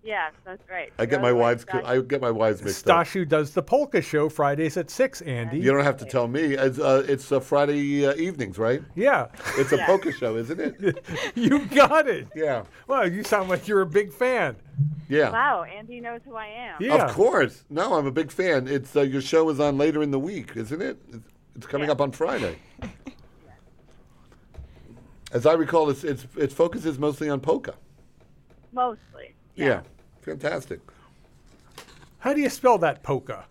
Speaker 4: Yeah, that's right.
Speaker 2: I get my wives. I get my wives mixed up.
Speaker 1: Stashu does the polka show Fridays at six. Andy.
Speaker 2: You don't have to tell me. It's, uh, it's uh, Friday uh, evenings, right?
Speaker 1: Yeah,
Speaker 2: It's a poker show, isn't it?
Speaker 1: you got it.
Speaker 2: Yeah,
Speaker 1: Well, you sound like you're a big fan.
Speaker 2: yeah.
Speaker 4: Wow, Andy knows who I am.
Speaker 1: Yeah.
Speaker 2: Of course. No, I'm a big fan. It's uh, your show is on later in the week, isn't it? It's, it's coming up on Friday. As I recall, it's, it's it focuses mostly on polka.
Speaker 4: Mostly.
Speaker 2: fantastic.
Speaker 1: How do you spell that polka?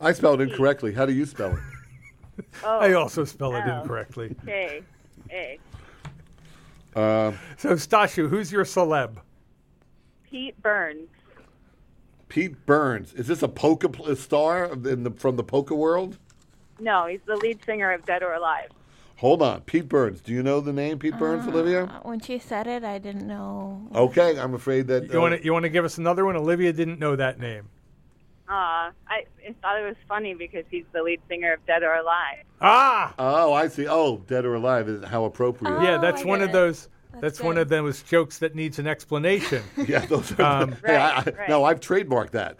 Speaker 2: I spelled it incorrectly. How do you spell it?
Speaker 4: Oh,
Speaker 1: I also spell it
Speaker 4: Oh.
Speaker 1: incorrectly.
Speaker 4: okay. Hey,
Speaker 1: So, Stashu, who's your celeb?
Speaker 4: Pete Burns.
Speaker 2: Pete Burns. Is this a polka pl- star in the, from the polka world?
Speaker 4: No, he's the lead singer of Dead or Alive.
Speaker 2: Hold on, Pete Burns. Do you know the name Pete Burns, Olivia?
Speaker 3: Uh, When she said it, I didn't know.
Speaker 2: Okay, I'm afraid that.
Speaker 1: You
Speaker 2: uh,
Speaker 1: want to you want to give us another one? Olivia didn't know that name.
Speaker 4: Uh, I, I thought it was funny because he's the lead singer of Dead or Alive.
Speaker 1: Ah,
Speaker 2: Oh, I see. Oh, dead or alive is how appropriate.
Speaker 1: yeah,
Speaker 3: Oh,
Speaker 1: that's
Speaker 3: I
Speaker 1: one
Speaker 3: get
Speaker 1: of
Speaker 3: it.
Speaker 1: those. That's, one of those jokes that needs an explanation. Um,
Speaker 2: Yeah, those are. hey, I, I, No, I've trademarked that.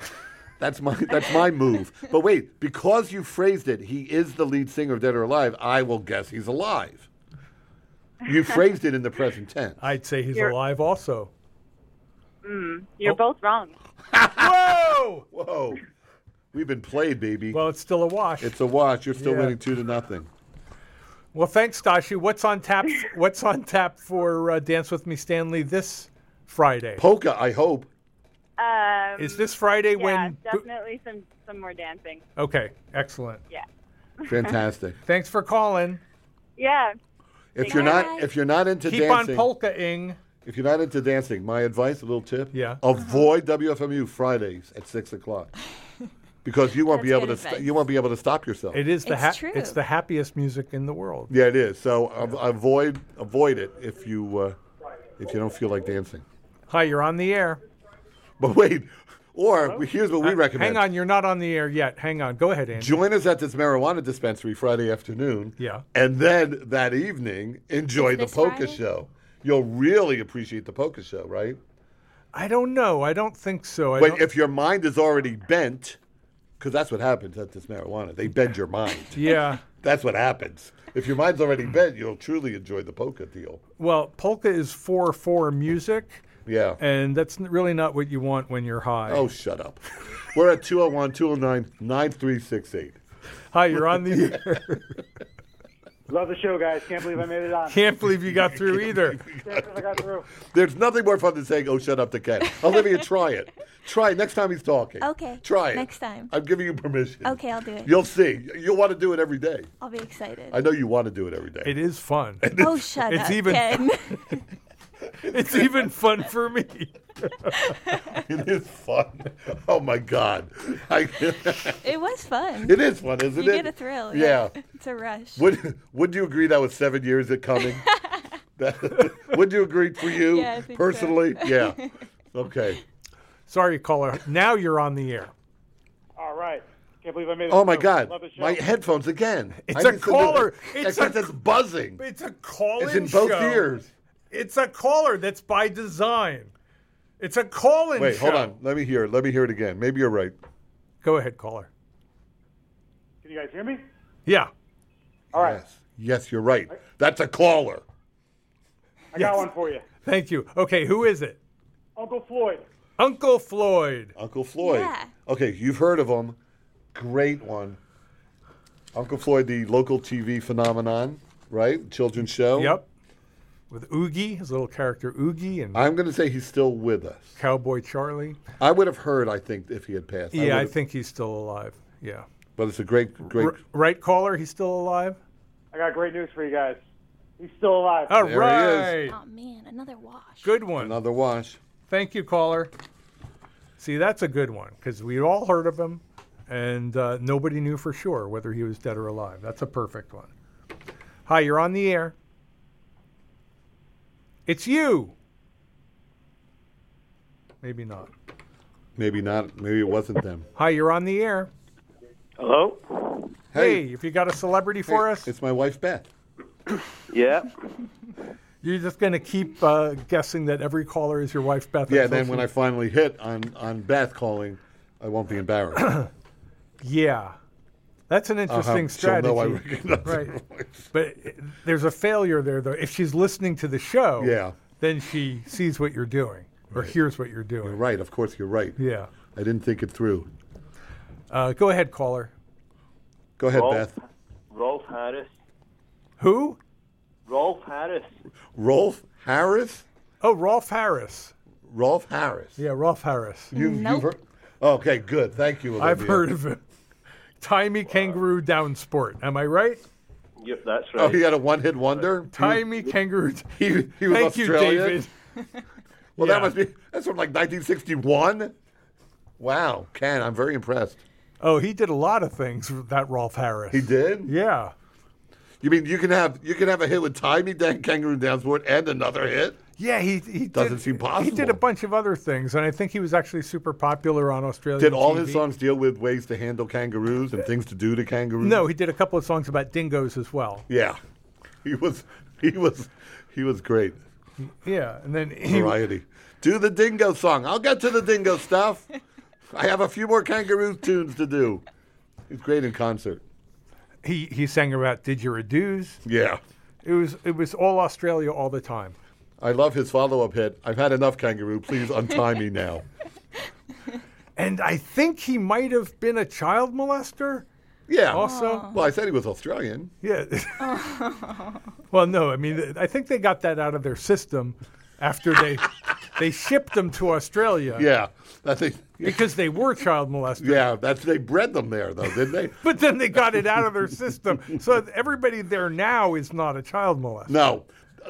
Speaker 2: That's my that's my move. But wait, because you phrased it, he is the lead singer of Dead or Alive. I will guess he's alive. You phrased it in the present tense.
Speaker 1: I'd say he's
Speaker 2: You're-
Speaker 1: alive also.
Speaker 9: Mm, you're both wrong.
Speaker 1: Whoa!
Speaker 2: Oh. Whoa! Oh, We've been played, baby.
Speaker 1: Well, it's still a wash.
Speaker 2: It's a watch. You're still
Speaker 1: Yeah.
Speaker 2: winning two to nothing.
Speaker 1: Well, thanks, Dashi. What's on tap? What's on tap for uh, Dance with Me, Stanley this Friday?
Speaker 2: Polka, I hope.
Speaker 9: Um,
Speaker 1: Is this Friday
Speaker 9: yeah,
Speaker 1: when-
Speaker 9: definitely some some more dancing.
Speaker 1: Okay, excellent.
Speaker 9: Yeah.
Speaker 2: Fantastic.
Speaker 1: Thanks for calling.
Speaker 9: Yeah.
Speaker 2: If you're not if you're not into
Speaker 1: Keep
Speaker 2: dancing,
Speaker 1: on polkaing.
Speaker 2: if you're not into dancing, my advice, a little tip,
Speaker 1: Yeah.
Speaker 2: avoid WFMU Fridays at six o'clock because you won't be
Speaker 1: That's
Speaker 2: able to
Speaker 1: good
Speaker 2: st-
Speaker 1: advice.
Speaker 2: you won't be able to stop yourself.
Speaker 1: It is the
Speaker 2: It's
Speaker 1: ha-
Speaker 2: true.
Speaker 1: it's the happiest music in the world.
Speaker 2: Yeah, it is. So av- avoid avoid it if you uh, if you don't feel like dancing.
Speaker 1: Hi, you're on the air.
Speaker 2: But wait, or we- here's what we
Speaker 1: Uh,
Speaker 2: recommend.
Speaker 1: Hang on, you're not on the air yet. Hang on. Go ahead, Andy.
Speaker 2: Join us at this marijuana dispensary Friday afternoon.
Speaker 1: Yeah.
Speaker 2: And then that evening, enjoy
Speaker 1: Is
Speaker 2: the
Speaker 1: this
Speaker 2: polka
Speaker 1: Friday?
Speaker 2: show. You'll really appreciate the polka show, right?
Speaker 1: I don't know. I don't think so. I
Speaker 2: but
Speaker 1: don't-
Speaker 2: if your mind is already bent, because that's what happens at this marijuana, they bend your mind.
Speaker 1: yeah.
Speaker 2: That's what happens. If your mind's already bent, you'll truly enjoy the polka deal.
Speaker 1: Well, polka is four four music,
Speaker 2: Yeah.
Speaker 1: and that's n- really not what you want when you're high.
Speaker 2: Oh, shut up. We're at 201 209 9368.
Speaker 1: Hi, you're on the air.
Speaker 5: Love the show, guys. Can't believe I made it on.
Speaker 1: Can't believe you got through either.
Speaker 5: Can't believe I got through.
Speaker 2: There's nothing more fun than saying, oh, shut up to Ken. Olivia, try it. Try it next time he's talking.
Speaker 3: Okay.
Speaker 2: Try it.
Speaker 3: Next time.
Speaker 2: I'm giving you permission.
Speaker 3: Okay, I'll do it.
Speaker 2: You'll see. You'll want to do it every day.
Speaker 3: I'll be excited.
Speaker 2: I know you want to do it every day.
Speaker 1: It is fun.
Speaker 3: oh, shut
Speaker 1: it's
Speaker 3: up,
Speaker 1: even-
Speaker 3: Ken.
Speaker 1: It's even fun for me.
Speaker 2: it is fun. Oh my God. I,
Speaker 3: it was fun.
Speaker 2: it is fun, isn't
Speaker 3: you
Speaker 2: it?
Speaker 3: get a thrill.
Speaker 2: Yeah.
Speaker 3: It's a rush.
Speaker 2: Would Would you agree that was seven years it coming? That- would you agree for you
Speaker 3: Yeah, I think so.
Speaker 2: personally? Yeah. Okay.
Speaker 1: Sorry, caller. Now you're on the air.
Speaker 5: All right. Can't believe I made it.
Speaker 2: Oh my
Speaker 5: through.
Speaker 2: God.
Speaker 5: Love the show.
Speaker 2: My headphones again.
Speaker 1: It's
Speaker 2: a
Speaker 1: a caller.
Speaker 2: It's
Speaker 1: It's
Speaker 2: Except
Speaker 1: a-
Speaker 2: it's buzzing.
Speaker 1: It's a call
Speaker 2: It's in both ears.
Speaker 1: It's a caller that's by design. It's a call in
Speaker 2: Wait, hold on. Let me hear it. Let me hear it again. Maybe you're right.
Speaker 1: Go ahead, caller.
Speaker 5: Can you guys hear me?
Speaker 1: Yeah.
Speaker 5: All right.
Speaker 2: Yes. Yes, you're right. That's a caller.
Speaker 5: I got one for you.
Speaker 1: Thank you. Okay, who is it?
Speaker 5: Uncle Floyd.
Speaker 1: Uncle Floyd.
Speaker 2: Uncle Floyd.
Speaker 5: Yeah.
Speaker 2: Okay, you've heard of him. Great one. Uncle Floyd, the local TV phenomenon, right? Children's show.
Speaker 1: Yep. With Oogie, his little character Oogie, and
Speaker 2: I'm going to say he's still with us.
Speaker 1: Cowboy Charlie.
Speaker 2: I would have heard, I think, if he had passed.
Speaker 1: Yeah, I,
Speaker 2: would've-
Speaker 1: think he's still alive. Yeah.
Speaker 2: But it's a great, great.
Speaker 1: R- right caller, he's still alive?
Speaker 5: I got great news for you guys. He's still alive.
Speaker 1: All right.
Speaker 2: There he
Speaker 3: Oh, man, another wash.
Speaker 1: Good one.
Speaker 2: Another wash.
Speaker 1: Thank you, caller. See, that's a good one because we all heard of him, and uh, nobody knew for sure whether he was dead or alive. That's a perfect one. Hi, you're on the air. It's you. Maybe not.
Speaker 2: Maybe not. Maybe it wasn't them.
Speaker 1: Hi, you're on the air.
Speaker 10: Hello?
Speaker 1: Hey, if you got a celebrity for us,
Speaker 2: it's my wife Beth.
Speaker 10: Yeah.
Speaker 1: You're just going to keep uh, guessing that every caller is your wife, Beth.
Speaker 2: Yeah. And
Speaker 1: and
Speaker 2: then when I
Speaker 1: social-
Speaker 2: finally hit on on Beth calling, I won't be embarrassed.
Speaker 1: Yeah. That's an
Speaker 2: I'll have-
Speaker 1: interesting
Speaker 2: Uh-huh. she'll
Speaker 1: strategy.
Speaker 2: know I recognize her
Speaker 1: right. But uh, there's a failure there, though. If she's listening to the show,
Speaker 2: Yeah.
Speaker 1: then she sees what you're doing or hears what you're doing.
Speaker 2: You're right. Of course, you're right.
Speaker 1: Yeah.
Speaker 2: I didn't think it through.
Speaker 1: Uh, go ahead, caller.
Speaker 2: Go ahead,
Speaker 10: Rolf,
Speaker 2: Beth.
Speaker 10: Rolf Harris.
Speaker 1: Who?
Speaker 10: Rolf Harris.
Speaker 2: Rolf Harris.
Speaker 1: Oh, Rolf Harris.
Speaker 2: Rolf Harris.
Speaker 1: Yeah, Rolf Harris.
Speaker 2: You, You've heard. Okay, good. Thank you. Olivia.
Speaker 1: I've heard of him. Timey Kangaroo Downsport. Am I right?
Speaker 10: Yep, that's
Speaker 2: Oh,
Speaker 10: right.
Speaker 2: he had a one-hit wonder.
Speaker 1: Uh, Timey Kangaroo.
Speaker 2: He, he, he was
Speaker 1: Thank you,
Speaker 2: Australian.
Speaker 1: David.
Speaker 2: Well,
Speaker 1: Yeah.
Speaker 2: that must be that's from like 1961. Wow, Ken, I'm very impressed.
Speaker 1: Oh, he did a lot of things, that Rolf Harris.
Speaker 2: He did.
Speaker 1: Yeah.
Speaker 2: You mean you can have you can have a hit with Timey Dan Kangaroo Downsport and another hit?
Speaker 1: Yeah, he, he
Speaker 2: Doesn't seem
Speaker 1: did, He did a
Speaker 2: possible.
Speaker 1: bunch of other things, and I think he was actually super popular on Australian.
Speaker 2: Did all his
Speaker 1: TV.
Speaker 2: songs deal with ways to handle kangaroos and things to do to kangaroos?
Speaker 1: No, he did a couple of songs about dingoes as well.
Speaker 2: Yeah, he was he was he was great.
Speaker 1: Yeah, and then
Speaker 2: variety. Do the dingo song. I'll get to the dingo stuff. I have a few more kangaroo tunes to do. He's great in concert.
Speaker 1: He he sang about didgeridoos.
Speaker 2: Yeah.
Speaker 1: It was it was all Australia all the time.
Speaker 2: I love his follow-up hit. I've had enough kangaroo. Please untie me now.
Speaker 1: And I think he might have been a child molester.
Speaker 2: Yeah.
Speaker 1: Also.
Speaker 2: Well, I said he was Australian.
Speaker 1: Yeah. well, no, I mean, I think they got that out of their system after they they shipped them to Australia.
Speaker 2: Yeah, I think
Speaker 1: because they were child molesters.
Speaker 2: Yeah, that's they bred them there though, didn't they?
Speaker 1: But then they got it out of their system, so everybody there now is not a child molester.
Speaker 2: No.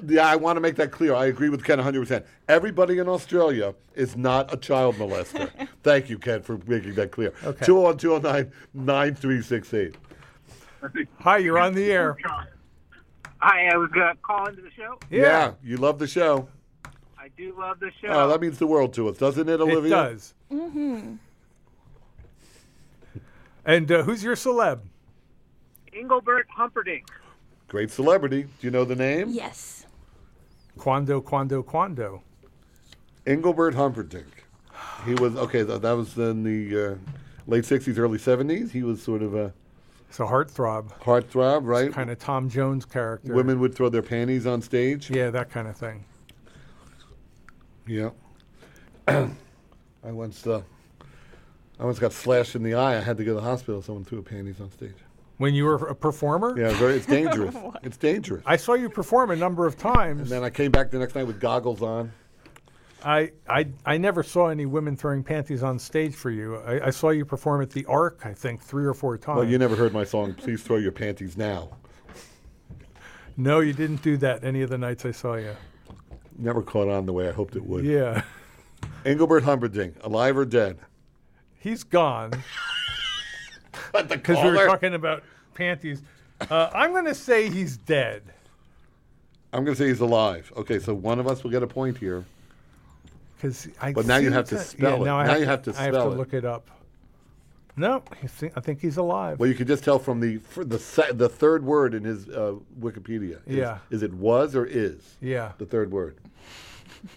Speaker 2: Yeah, I want to make that clear. I agree with Ken 100%. Everybody in Australia is not a child molester. Thank you, Ken, for making that clear.
Speaker 1: Okay.
Speaker 2: 201 209 9368.
Speaker 1: Hi, you're on the air.
Speaker 11: Hi, I was uh, calling to the show.
Speaker 2: you love the show.
Speaker 11: I do love the show.
Speaker 2: Oh, that means the world to us, doesn't it, Olivia?
Speaker 1: does.
Speaker 11: mm-hmm.
Speaker 3: Hmm.
Speaker 1: And uh, who's your celeb?
Speaker 11: Engelbert Humperdinck.
Speaker 2: Great celebrity. Do you know the name?
Speaker 3: Yes.
Speaker 1: Quando, quando, quando.
Speaker 2: Engelbert Humperdinck. He was, okay, th- that was in the uh, late 60s, early 70s. He was sort of a
Speaker 1: It's a heartthrob,
Speaker 2: heartthrob, right?
Speaker 1: kind of Tom Jones character.
Speaker 2: Women would throw their panties on stage.
Speaker 1: Yeah, that kind of thing.
Speaker 2: Yeah. I once uh, I once got slashed in the eye. I had to go to the hospital. Someone threw a panties on stage.
Speaker 1: When you were a performer?
Speaker 2: Yeah, it's very, it's dangerous. it's dangerous.
Speaker 1: I saw you perform a number of times.
Speaker 2: And then I came back the next night with goggles on.
Speaker 1: I, I, I never saw any women throwing panties on stage for you. I, I saw you perform at the Arc, I think, three or four times.
Speaker 2: Well, you never heard my song. Please throw your panties now.
Speaker 1: No, you didn't do that any of the nights I saw you.
Speaker 2: Never caught on the way I hoped it would.
Speaker 1: Yeah.
Speaker 2: Engelbert Humperdinck, alive or dead?
Speaker 1: He's gone.
Speaker 2: But the
Speaker 1: Because we were
Speaker 2: caller-
Speaker 1: talking about panties. Uh, I'm going to say he's dead.
Speaker 2: I'm going to say he's alive. Okay, so one of us will get a point here.
Speaker 1: Because I.
Speaker 2: But now you
Speaker 1: seem
Speaker 2: have to spell
Speaker 1: yeah,
Speaker 2: it.
Speaker 1: Now, I
Speaker 2: Now
Speaker 1: have
Speaker 2: you
Speaker 1: to,
Speaker 2: have to
Speaker 1: I have
Speaker 2: spell
Speaker 1: to
Speaker 2: it.
Speaker 1: look it up. No, I think- I think he's alive.
Speaker 2: Well, you can just tell from the fr- the se- the third word in his uh, Wikipedia. Is,
Speaker 1: Yeah.
Speaker 2: Is it was or is?
Speaker 1: Yeah.
Speaker 2: The third word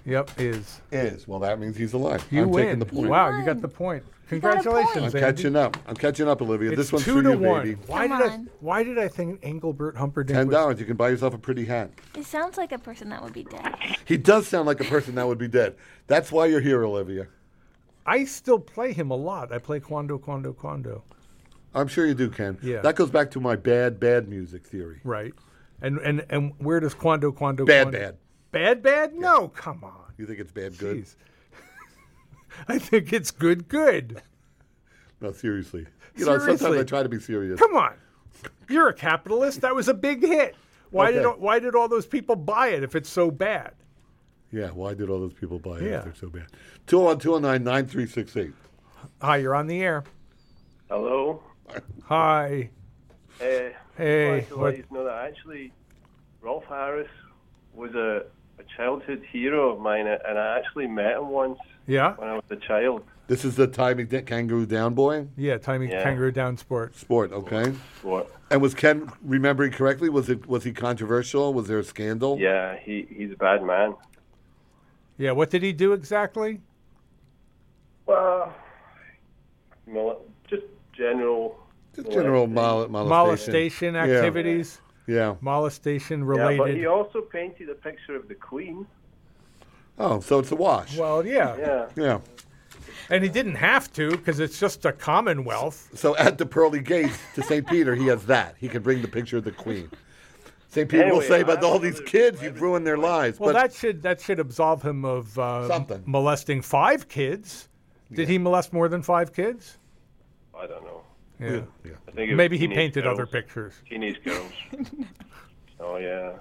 Speaker 1: Yep, is.
Speaker 2: is. Well, that means he's alive.
Speaker 1: You
Speaker 2: I'm
Speaker 1: win.
Speaker 2: taking the point.
Speaker 1: Wow, you got the point. Congratulations,
Speaker 2: I'm
Speaker 1: Andy.
Speaker 2: catching up. I'm catching up, Olivia.
Speaker 1: It's
Speaker 2: this one's
Speaker 1: two
Speaker 2: for
Speaker 1: to
Speaker 2: you,
Speaker 1: one.
Speaker 2: baby.
Speaker 1: Why did I? Why did I think Engelbert Humperdinck?
Speaker 2: Ten
Speaker 1: was-
Speaker 2: dollars. You can buy yourself a pretty hat.
Speaker 3: It sounds like a person that would be dead.
Speaker 2: He does sound like a person that would be dead. That's why you're here, Olivia.
Speaker 1: I still play him a lot. I play Quando, Quando, Quando.
Speaker 2: I'm sure you do, Ken.
Speaker 1: Yeah.
Speaker 2: That goes back to my bad, bad music theory.
Speaker 1: Right. And and and where does Quando, Quando,
Speaker 2: Bad,
Speaker 1: Quando-
Speaker 2: bad.
Speaker 1: bad, bad? No, come on.
Speaker 2: You think it's bad, good?
Speaker 1: Jeez. I think it's good, good.
Speaker 2: No, seriously. You know, sometimes
Speaker 1: Seriously.
Speaker 2: I try to be serious.
Speaker 1: Come on, you're a capitalist. That was a big hit. Why did
Speaker 2: Okay.
Speaker 1: why did all those people buy it if it's so bad?
Speaker 2: Yeah. Why did all those people buy it? if
Speaker 1: Yeah.
Speaker 2: They're so bad. 201 209 9368.
Speaker 1: Hi, you're on the air.
Speaker 10: Hello.
Speaker 1: Hi.
Speaker 10: Hey.
Speaker 1: Hey,
Speaker 10: I'd like to
Speaker 1: what-
Speaker 10: let you know that actually Rolf Harris was a, a childhood hero of mine, and I actually met him once
Speaker 1: Yeah.
Speaker 10: when I was a child.
Speaker 2: This is the Timey D- Kangaroo Down Boy
Speaker 1: Yeah, timing
Speaker 10: Yeah.
Speaker 1: kangaroo down sport.
Speaker 2: sport, okay?
Speaker 10: What?
Speaker 2: And was Ken remembering correctly? Was it was he controversial? Was there a scandal?
Speaker 10: Yeah, he, he's a bad man.
Speaker 1: Yeah, what did he do exactly?
Speaker 10: Well, mol- just general.
Speaker 2: Just general mol- molestation.
Speaker 1: Molestation activities,
Speaker 2: Yeah.
Speaker 1: molestation
Speaker 10: Yeah, but he
Speaker 1: related.
Speaker 10: also painted a picture of the Queen.
Speaker 2: Oh, so it's a wash.
Speaker 1: Well, yeah.
Speaker 10: Yeah.
Speaker 2: Yeah.
Speaker 1: And he didn't have to because it's just a Commonwealth.
Speaker 2: So at the pearly gates to St. Peter, he has that. He can bring the picture of the queen. St. Peter will
Speaker 10: Anyway,
Speaker 2: say,
Speaker 10: I
Speaker 2: but
Speaker 10: have
Speaker 2: all these kids, you've ruined their lives.
Speaker 1: Well,
Speaker 2: but
Speaker 1: that should that should absolve him of uh,
Speaker 2: Something.
Speaker 1: molesting five kids. Did he molest more than five kids?
Speaker 10: I don't know.
Speaker 1: Yeah.
Speaker 2: yeah.
Speaker 10: I think it was
Speaker 1: Maybe he
Speaker 10: teenage
Speaker 1: painted
Speaker 10: girls.
Speaker 1: other pictures.
Speaker 10: Teenage girls. oh yeah,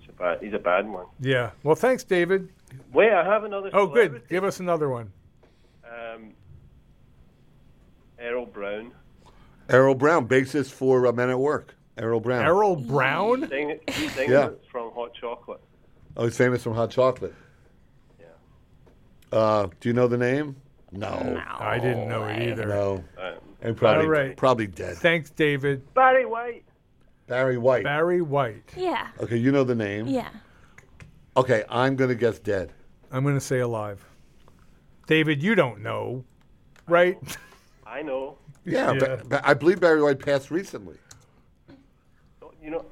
Speaker 10: it's a bad, he's a bad one.
Speaker 1: Yeah. Well, thanks, David.
Speaker 10: Wait, I have another.
Speaker 1: Oh, good.
Speaker 10: celebrity.
Speaker 1: Give us another one.
Speaker 10: Um, Errol Brown.
Speaker 2: Errol Brown, basis for uh, Men at Work. Errol Brown.
Speaker 1: Errol Brown.
Speaker 10: Sing,
Speaker 2: Oh.
Speaker 10: sing
Speaker 2: Yeah.
Speaker 10: from Hot Chocolate.
Speaker 2: Oh, he's famous from Hot Chocolate. Yeah. Uh, do you know the name? No.
Speaker 1: I didn't know it either.
Speaker 2: No.
Speaker 10: Um,
Speaker 2: And probably,
Speaker 1: All right.
Speaker 2: probably dead.
Speaker 1: Thanks, David.
Speaker 10: Barry White.
Speaker 2: Barry White.
Speaker 1: Barry White.
Speaker 3: Yeah.
Speaker 2: Okay, you know the name.
Speaker 3: Yeah.
Speaker 2: Okay, I'm going to guess dead.
Speaker 1: I'm going to say alive. David, you don't know, right?
Speaker 10: I know.
Speaker 2: Yeah, But, I believe Barry White passed recently.
Speaker 10: You know,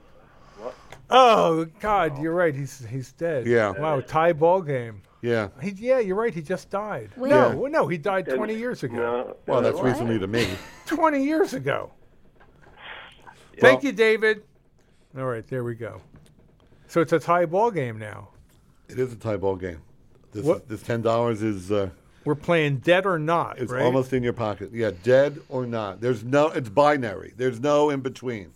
Speaker 10: what?
Speaker 1: Oh God, you're right. He's he's dead.
Speaker 2: Yeah.
Speaker 1: Wow, tie ball game.
Speaker 2: Yeah.
Speaker 1: He, yeah, you're right. He just died.
Speaker 2: Wait.
Speaker 1: No,
Speaker 2: Yeah.
Speaker 1: well, no, he died 20 years ago.
Speaker 2: Well, that's recently to me.
Speaker 1: 20 years ago. Thank
Speaker 2: Well-
Speaker 1: you, David. All right, there we go. So it's a tie ball game now.
Speaker 2: It is a tie ball game. This,
Speaker 1: What-
Speaker 2: is- this ten dollars is uh,
Speaker 1: We're playing dead or not.
Speaker 2: it's
Speaker 1: right?
Speaker 2: almost in your pocket. Yeah, dead or not. There's no. It's binary. There's no in between.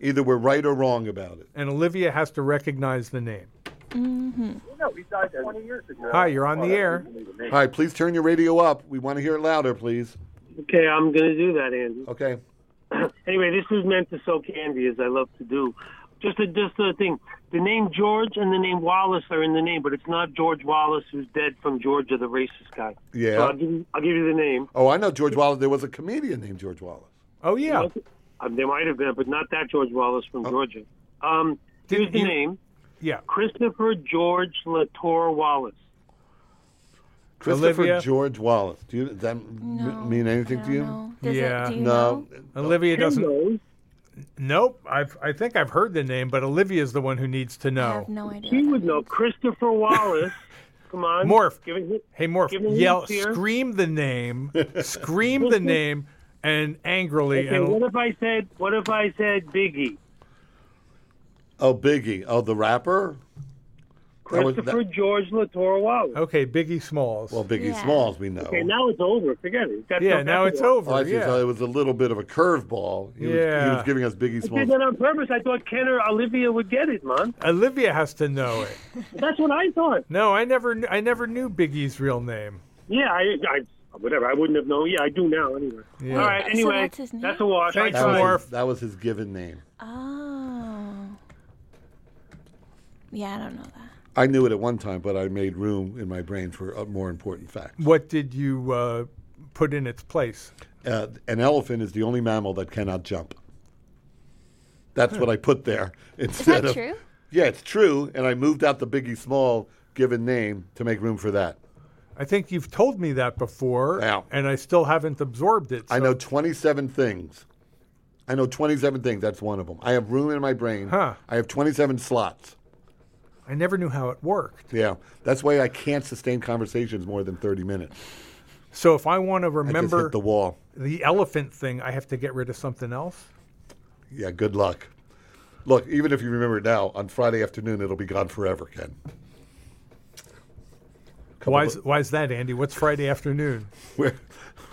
Speaker 2: Either we're right or wrong about it.
Speaker 1: And Olivia has to recognize the name.
Speaker 11: Mm-hmm. No, he died 20 years ago.
Speaker 1: Hi, you're
Speaker 10: Oh,
Speaker 1: on the air.
Speaker 2: All right, please turn your radio up. We want to hear it louder, please.
Speaker 11: Okay, I'm going to do that, Andy.
Speaker 2: Okay.
Speaker 11: anyway, this was meant to soak candy, as I love to do. Just a just a thing. The name George and the name Wallace are in the name, but it's not George Wallace who's dead from Georgia, the racist guy.
Speaker 2: Yeah.
Speaker 11: So I'll, give you, I'll give you the name.
Speaker 2: Oh, I know George Wallace. There was a comedian named George Wallace.
Speaker 1: Oh yeah.
Speaker 11: Um, there might have been, but not that George Wallace from
Speaker 2: Oh.
Speaker 11: Georgia. Um, here's the name.
Speaker 1: Yeah.
Speaker 11: Christopher George Latour Wallace.
Speaker 2: Christopher
Speaker 1: Olivia?
Speaker 2: George Wallace. Do you, does that m- mean anything to you?
Speaker 1: Does it- Yeah. do you
Speaker 2: no.
Speaker 1: Olivia doesn't. Nope. I've, I think I've heard the name, but Olivia's the one who needs to know.
Speaker 11: No idea. He would know Christopher Wallace. Come on,
Speaker 1: Morph.
Speaker 11: Give it,
Speaker 1: Hey, Morph,
Speaker 11: Give him
Speaker 1: yell,
Speaker 11: his beer.
Speaker 1: scream the name, scream the name, and angrily.
Speaker 11: Okay,
Speaker 1: and
Speaker 11: what if I said what if I said Biggie?
Speaker 2: Oh, Biggie. Oh, the rapper. That was- that-
Speaker 11: Christopher George Latour Wallace.
Speaker 1: okay, Biggie Smalls.
Speaker 2: Well, Biggie Smalls, we know.
Speaker 11: Okay, now it's over. Forget it. That's
Speaker 1: Yeah,
Speaker 11: not-
Speaker 1: now
Speaker 11: that's
Speaker 1: it's over.
Speaker 11: over.
Speaker 2: Oh, I see.
Speaker 1: yeah.
Speaker 2: So it was a little bit of a curveball. He, was,
Speaker 1: Yeah.
Speaker 2: he was giving us Biggie
Speaker 11: I did
Speaker 2: Smalls.
Speaker 11: that on purpose. I thought Ken or Olivia would get it, man.
Speaker 1: Olivia has to know it.
Speaker 11: That's what I thought.
Speaker 1: No, I never, kn- I never knew Biggie's real name.
Speaker 11: Yeah, I, I whatever. I wouldn't have known. Yeah, I do now. Anyway.
Speaker 1: Yeah.
Speaker 11: All right.
Speaker 1: So
Speaker 11: Anyway,
Speaker 1: that's his name?
Speaker 11: a wash.
Speaker 1: Thanks,
Speaker 11: I tried.
Speaker 2: that, was his, that was his given name.
Speaker 3: Oh. Yeah, I don't know that.
Speaker 2: I knew it at one time, but I made room in my brain for a more important fact.
Speaker 1: What did you uh, put in its place?
Speaker 2: Uh, an elephant is the only mammal that cannot jump. That's what I put there instead of.
Speaker 3: true?
Speaker 2: Yeah, it's true, and I moved out the Biggie Small given name to make room for that.
Speaker 1: I think you've told me that before, and I still haven't absorbed it.
Speaker 2: I know 27 things. I know 27 things. That's one of them. I have room in my brain.
Speaker 1: Huh.
Speaker 2: I have 27 slots.
Speaker 1: I never knew how it worked.
Speaker 2: Yeah. That's why I can't sustain conversations more than 30 minutes.
Speaker 1: So if I want to
Speaker 2: I just
Speaker 1: remember
Speaker 2: hit the wall.
Speaker 1: the elephant thing, I have to get rid of something else.
Speaker 2: Yeah, good luck. Look, even if you remember it now, on Friday afternoon, it'll be gone forever, Ken. Couple
Speaker 1: Why is, why is that, Andy? What's Friday afternoon?
Speaker 2: We're,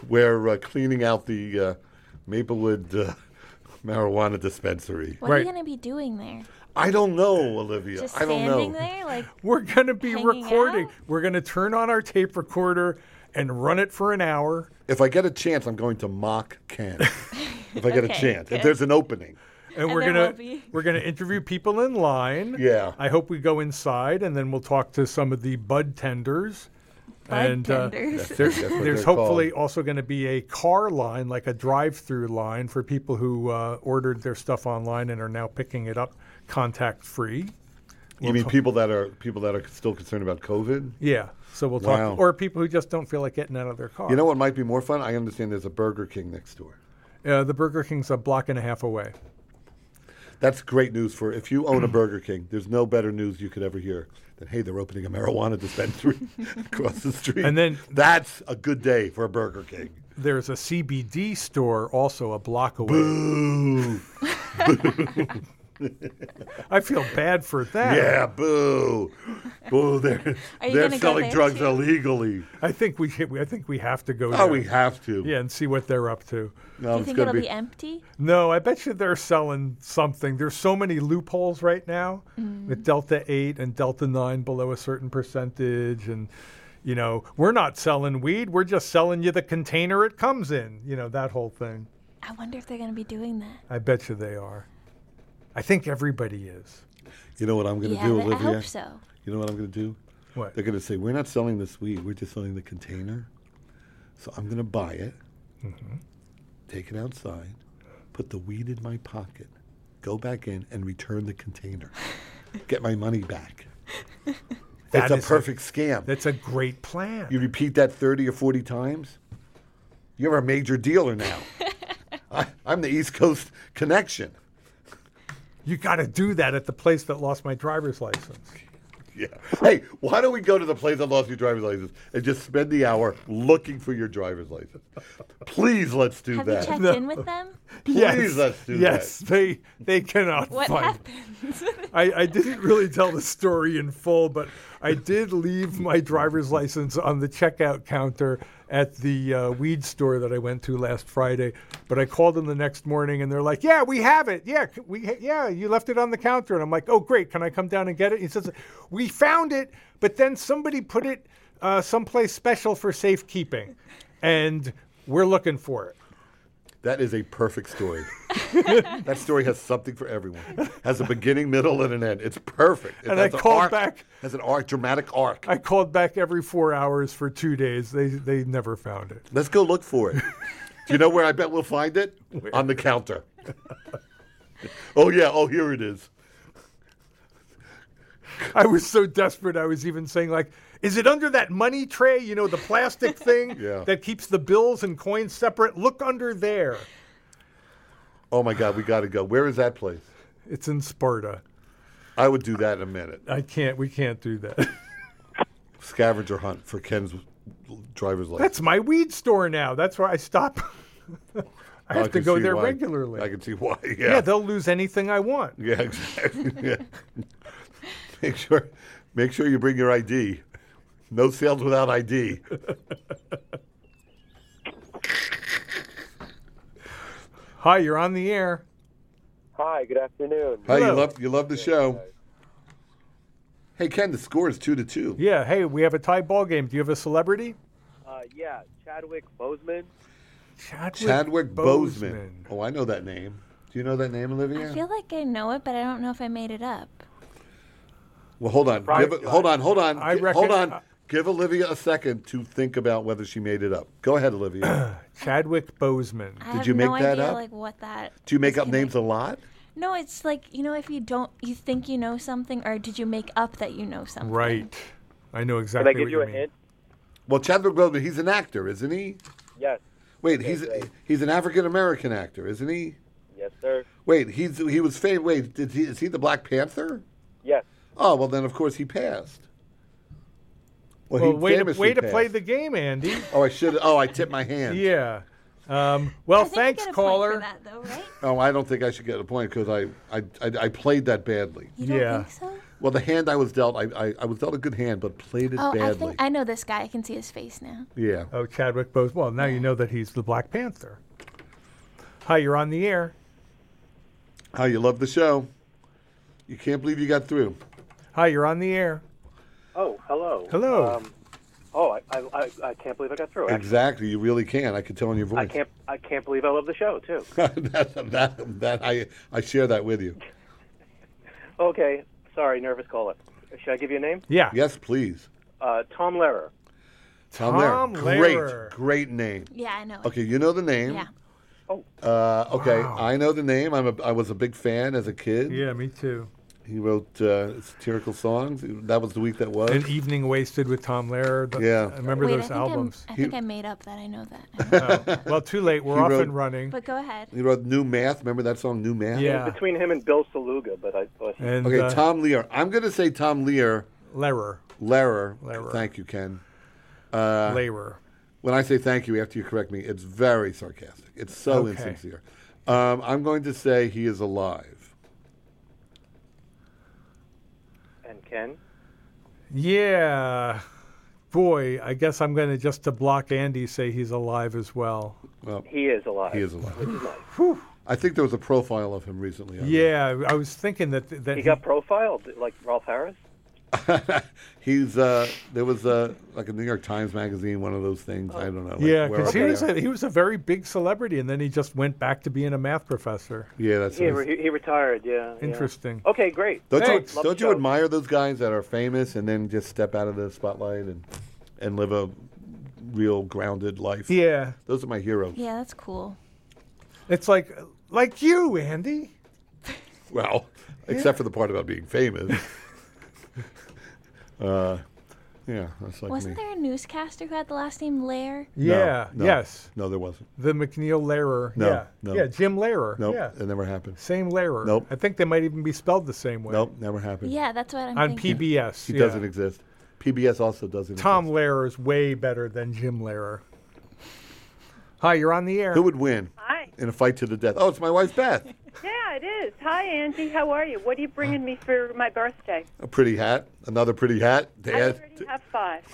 Speaker 2: we're uh, cleaning out the uh, Maplewood uh, marijuana dispensary.
Speaker 3: What are you gonna be doing there?
Speaker 2: I don't know, Olivia.
Speaker 3: Just
Speaker 2: I don't
Speaker 3: standing
Speaker 2: know.
Speaker 3: there, like
Speaker 1: We're going to be
Speaker 3: Hanging
Speaker 1: recording. We're going to turn on our tape recorder and run it for an hour.
Speaker 2: If I get a chance, I'm going to mock Ken. if I get a
Speaker 1: Okay,
Speaker 2: chance,
Speaker 1: good.
Speaker 2: if there's an opening.
Speaker 1: And, we're
Speaker 3: there
Speaker 1: gonna
Speaker 3: will be.
Speaker 1: we're gonna interview people in line.
Speaker 2: Yeah.
Speaker 1: I hope we go inside, and then we'll talk to some of the bud tenders.
Speaker 3: Bud
Speaker 1: and uh,
Speaker 3: tenders.
Speaker 1: there-
Speaker 3: That's- that's what
Speaker 1: there's
Speaker 2: they're
Speaker 1: hopefully also going to be a car line, like a drive-through line for people who uh, ordered their stuff online and are now picking it up contact-free.
Speaker 2: You mean people that are people that are still concerned about COVID?
Speaker 1: Yeah. So we'll talk,
Speaker 2: Wow.
Speaker 1: or people who just don't feel like getting out of their car.
Speaker 2: You know what might be more fun? I understand there's a Burger King next door.
Speaker 1: Uh, the Burger King's a block and a half away.
Speaker 2: That's great news for if you own a Burger King. There's no better news you could ever hear than hey, they're opening a marijuana dispensary across the street.
Speaker 1: And then-
Speaker 2: that's a good day for a Burger King.
Speaker 1: There's a CBD store also a block away.
Speaker 2: Boo!
Speaker 1: I feel bad for that.
Speaker 2: Yeah, boo, boo. They're
Speaker 3: Are you
Speaker 2: they're
Speaker 3: gonna go
Speaker 2: selling
Speaker 3: there,
Speaker 2: drugs
Speaker 3: too?
Speaker 2: illegally.
Speaker 1: I think we I think we have to go.
Speaker 2: Oh,
Speaker 1: there.
Speaker 2: we have to.
Speaker 1: Yeah, and see what they're up to.
Speaker 3: do
Speaker 2: No,
Speaker 3: you
Speaker 2: it's
Speaker 3: think
Speaker 2: gonna
Speaker 3: it'll be,
Speaker 2: be.
Speaker 3: empty?
Speaker 1: No, I bet you they're selling something. There's so many loopholes right now
Speaker 3: Mm.
Speaker 1: with Delta 8 and Delta 9 below a certain percentage. And, you know, we're not selling weed. We're just selling you the container it comes in, you know, that whole thing.
Speaker 3: I wonder if they're gonna be doing that.
Speaker 1: I bet you they are. I think everybody is.
Speaker 2: You know what I'm gonna
Speaker 3: yeah,
Speaker 2: do,
Speaker 3: but I
Speaker 2: Olivia?
Speaker 3: hope so.
Speaker 2: You know what I'm going to do?
Speaker 1: What?
Speaker 2: They're going to say, we're not selling this weed. We're just selling the container. So I'm going to buy it,
Speaker 1: Mm-hmm.
Speaker 2: take it outside, put the weed in my pocket, go back in and return the container. Get my money back.
Speaker 1: That
Speaker 2: it's
Speaker 1: is
Speaker 2: a perfect scam.
Speaker 1: That's a great plan.
Speaker 2: You repeat that 30 or 40 times? You're a major dealer now. I, I'm the East Coast connection.
Speaker 1: You got to do that at the place that lost my driver's license.
Speaker 2: Yeah. Hey, why don't we go to the place that lost your driver's license and just spend the hour looking for your driver's license? Please, let's do
Speaker 3: Have
Speaker 2: that.
Speaker 3: you checked in with them?
Speaker 2: Please, let's do
Speaker 1: yes, they they cannot
Speaker 3: What
Speaker 1: find.
Speaker 3: happens?
Speaker 1: I, I didn't really tell the story in full, but I did leave my driver's license on the checkout counter at the uh, weed store that I went to last Friday. But I called them the next morning, and they're like, "Yeah, we have it. Yeah, c- we ha- yeah, you left it on the counter." And I'm like, "Oh, great! Can I come down and get it?" He says, "We found it, but then somebody put it uh, someplace special for safekeeping, and we're looking for it."
Speaker 2: That is a perfect story. that story has something for everyone. Has a beginning, middle, and an end. It's perfect. It
Speaker 1: And I
Speaker 2: has an
Speaker 1: called
Speaker 2: arc-
Speaker 1: back-
Speaker 2: Has an arc, dramatic arc.
Speaker 1: I called back every four hours for two days. They they never found it.
Speaker 2: Let's go look for it. do you know where I bet we'll find it? On the counter. oh yeah. Oh, here it is.
Speaker 1: I was so desperate. I was even saying like, "Is it under that money tray? You know, the plastic thing
Speaker 2: Yeah.
Speaker 1: that keeps the bills and coins separate? Look under there.
Speaker 2: Oh my God, we got to go. Where is that place?
Speaker 1: It's in Sparta.
Speaker 2: I would do that in a minute.
Speaker 1: I can't. We can't do that.
Speaker 2: Scavenger hunt for Ken's driver's license.
Speaker 1: That's my weed store now. That's where I stop. I have to
Speaker 2: can
Speaker 1: go
Speaker 2: see
Speaker 1: there
Speaker 2: why.
Speaker 1: regularly.
Speaker 2: I can see why. Yeah.
Speaker 1: yeah. they'll lose anything I want.
Speaker 2: Yeah, exactly. Yeah. make sure, make sure you bring your ID. No sales without ID.
Speaker 1: Hi, you're on the air.
Speaker 12: Hi, good afternoon.
Speaker 2: Hi, you love you love the show. Hey Ken, the score is two to two.
Speaker 1: Yeah. Hey, we have a tie ball game. Do you have a celebrity?
Speaker 12: Uh, yeah, Chadwick Boseman.
Speaker 1: Chadwick,
Speaker 2: Chadwick Boseman. Oh, I know that name. Do you know that name, Olivia?
Speaker 3: I feel like I know it, but I don't know if I made it up.
Speaker 2: well, hold on.
Speaker 1: Right.
Speaker 2: Give, hold on. Hold on.
Speaker 1: I
Speaker 2: Gi-
Speaker 1: reckon- uh,
Speaker 2: hold on. Give Olivia a second to think about whether she made it up. Go ahead, Olivia.
Speaker 1: Chadwick Boseman.
Speaker 3: I
Speaker 2: Did
Speaker 3: have
Speaker 2: you make
Speaker 3: no
Speaker 2: that
Speaker 3: idea,
Speaker 2: up?
Speaker 3: Like what that?
Speaker 2: Do you make up names a lot?
Speaker 3: No, it's like you know if you don't, you think you know something, or did you make up that you know something?
Speaker 1: Right. I know exactly.
Speaker 12: Can I give
Speaker 1: what
Speaker 12: you a
Speaker 1: mean.
Speaker 12: hint?
Speaker 2: Well, Chadwick Boseman, he's an actor, isn't he?
Speaker 12: Yes,
Speaker 2: Wait, he's he's an African American actor, isn't he?
Speaker 12: yes, sir.
Speaker 2: Wait, he's he was famous. Wait, did he, is he the Black Panther?
Speaker 12: Yes.
Speaker 2: Oh well, then of course he passed.
Speaker 1: Well,
Speaker 2: he
Speaker 1: way, to,
Speaker 2: famously
Speaker 1: way to play
Speaker 2: passed.
Speaker 1: the game, Andy.
Speaker 2: Oh, I should. Oh, I tipped my hand.
Speaker 1: Yeah. Um, well, thanks, caller.
Speaker 2: Oh, I don't think I should get a point because I, I, I I played that badly.
Speaker 1: yeah.
Speaker 2: Well, the hand I was dealt, I, I, I was dealt a good hand, but played it
Speaker 3: Oh, I
Speaker 2: badly.
Speaker 3: think I know this guy. I can see his face now.
Speaker 2: Yeah.
Speaker 1: Oh, Chadwick Boseman. Well, now you know that he's the Black Panther. Hi, you're on the air.
Speaker 2: How you love the show? You can't believe you got through.
Speaker 1: Hi, you're on the air.
Speaker 12: Oh, hello.
Speaker 1: Hello.
Speaker 12: Um, oh, I, I, I, I can't believe I got through. Actually,
Speaker 2: Exactly, you really can. I can tell in your voice.
Speaker 12: I can't. I can't believe I love the show too.
Speaker 2: that, that, that I, I share that with you.
Speaker 12: Okay, sorry, nervous caller. Should I give you a name?
Speaker 1: Yeah.
Speaker 2: Yes, please.
Speaker 12: Uh, Tom Lehrer.
Speaker 2: Tom,
Speaker 1: Tom Lehrer.
Speaker 2: Great, great name.
Speaker 3: Yeah, I know.
Speaker 2: Okay, you know the name.
Speaker 3: Yeah.
Speaker 12: Oh,
Speaker 2: Uh, okay, I know the name. I'm a, I was a big fan as a kid.
Speaker 1: Yeah, me too.
Speaker 2: He wrote uh, satirical songs. That was the week that was.
Speaker 1: An evening wasted with Tom Lehrer. um, Th-
Speaker 2: Yeah.
Speaker 1: I remember
Speaker 3: Wait, I
Speaker 1: those
Speaker 3: think
Speaker 1: albums.
Speaker 3: I'm, I think I made up that. I know that.
Speaker 1: Oh, well, too late. We're
Speaker 2: He
Speaker 1: off
Speaker 2: wrote-
Speaker 1: and running.
Speaker 3: But go ahead.
Speaker 2: He wrote New Math. Remember that song, New Math?
Speaker 1: Yeah.
Speaker 12: Between him and Bill Saluga, but I. But
Speaker 1: And
Speaker 2: Okay,
Speaker 1: uh,
Speaker 2: Tom Lear. I'm going to say Tom Lear.
Speaker 1: Lehrer.
Speaker 2: Lehrer.
Speaker 1: Lehrer.
Speaker 2: Thank you, Ken. Uh,
Speaker 1: Lehrer.
Speaker 2: When I say thank you after you correct me, it's very sarcastic. It's so
Speaker 1: Okay.
Speaker 2: insincere. Um, I'm going to say he is alive.
Speaker 12: and Ken.
Speaker 1: Yeah. Boy, I guess I'm going to just to block Andy say he's alive as well.
Speaker 2: Well,
Speaker 12: He is alive.
Speaker 2: He is alive.
Speaker 12: Which is nice.
Speaker 2: I think there was a profile of him recently. I
Speaker 1: Yeah, I was thinking that that
Speaker 12: He got profiled like Ralph Harris.
Speaker 2: He's uh, there was uh, like a New York Times magazine, one of those things. I don't know. like,
Speaker 1: Yeah,
Speaker 2: wherever
Speaker 1: because he
Speaker 2: they
Speaker 1: was
Speaker 2: are.
Speaker 1: a, he was a very big celebrity, and then he just went back to being a math professor.
Speaker 2: yeah, that's
Speaker 12: He, re- he retired. Yeah. yeah.
Speaker 1: Interesting.
Speaker 12: Okay, great.
Speaker 2: Don't
Speaker 12: Thanks.
Speaker 2: you
Speaker 12: Love
Speaker 2: don't
Speaker 12: the
Speaker 2: you
Speaker 12: show.
Speaker 2: admire those guys that are famous and then just step out of the spotlight and and live a real grounded life?
Speaker 1: Yeah,
Speaker 2: Those are my heroes.
Speaker 3: Yeah, that's cool.
Speaker 1: it's like like you, Andy.
Speaker 2: Well, except for the part about being famous. Uh, yeah, that's like
Speaker 3: Wasn't
Speaker 2: me.
Speaker 3: there a newscaster who had the last name Lair?
Speaker 2: No,
Speaker 1: Yeah,
Speaker 2: no,
Speaker 1: yes.
Speaker 2: No, there wasn't.
Speaker 1: The McNeil Lehrer.
Speaker 2: No,
Speaker 1: yeah.
Speaker 2: no.
Speaker 1: Yeah, Jim Lehrer.
Speaker 2: Nope,
Speaker 1: Yeah.
Speaker 2: it never happened.
Speaker 1: Same Lehrer.
Speaker 2: Nope.
Speaker 1: I think they might even be spelled the same way.
Speaker 2: Nope, never happened.
Speaker 3: Yeah, that's what I'm
Speaker 1: On
Speaker 3: thinking.
Speaker 1: PBS.
Speaker 2: He
Speaker 1: yeah.
Speaker 2: doesn't exist. PBS also doesn't
Speaker 1: Tom Lehrer is way better than Jim Lehrer. Hi, you're on the air.
Speaker 2: exist. Who would win
Speaker 13: Hi.
Speaker 2: in a fight to the death? Oh, it's my wife, Beth.
Speaker 13: Yeah, it is. Hi, Angie. How are you? What are you bringing me for my birthday?
Speaker 2: A pretty hat. Another pretty hat. Dad,
Speaker 13: I already have five.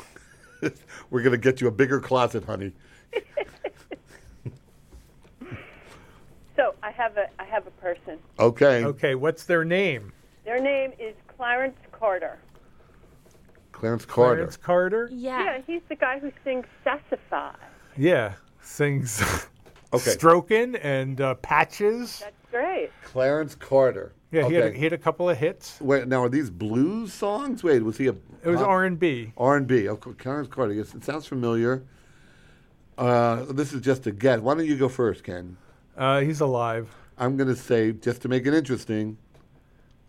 Speaker 2: we're going to get you a bigger closet, honey.
Speaker 13: So I have a I have a person.
Speaker 2: Okay.
Speaker 1: Okay, what's their name?
Speaker 13: Their name is Clarence Carter.
Speaker 2: Clarence Carter.
Speaker 1: Clarence Carter?
Speaker 13: Yeah. Yeah, he's the guy who sings Sassafy.
Speaker 1: Yeah. Sings
Speaker 2: Okay.
Speaker 1: Stroking and uh, Patches.
Speaker 13: Great.
Speaker 2: Clarence Carter.
Speaker 1: Yeah, he had a- he had a couple of hits.
Speaker 2: Wait, now are these blues songs? Wait, was he a?
Speaker 1: It was R&B.
Speaker 2: R&B. Of course, Clarence Carter. Yes, it sounds familiar. Uh, this is just a guess. Why don't you go first, Ken?
Speaker 1: Uh, he's alive.
Speaker 2: I'm going to say just to make it interesting.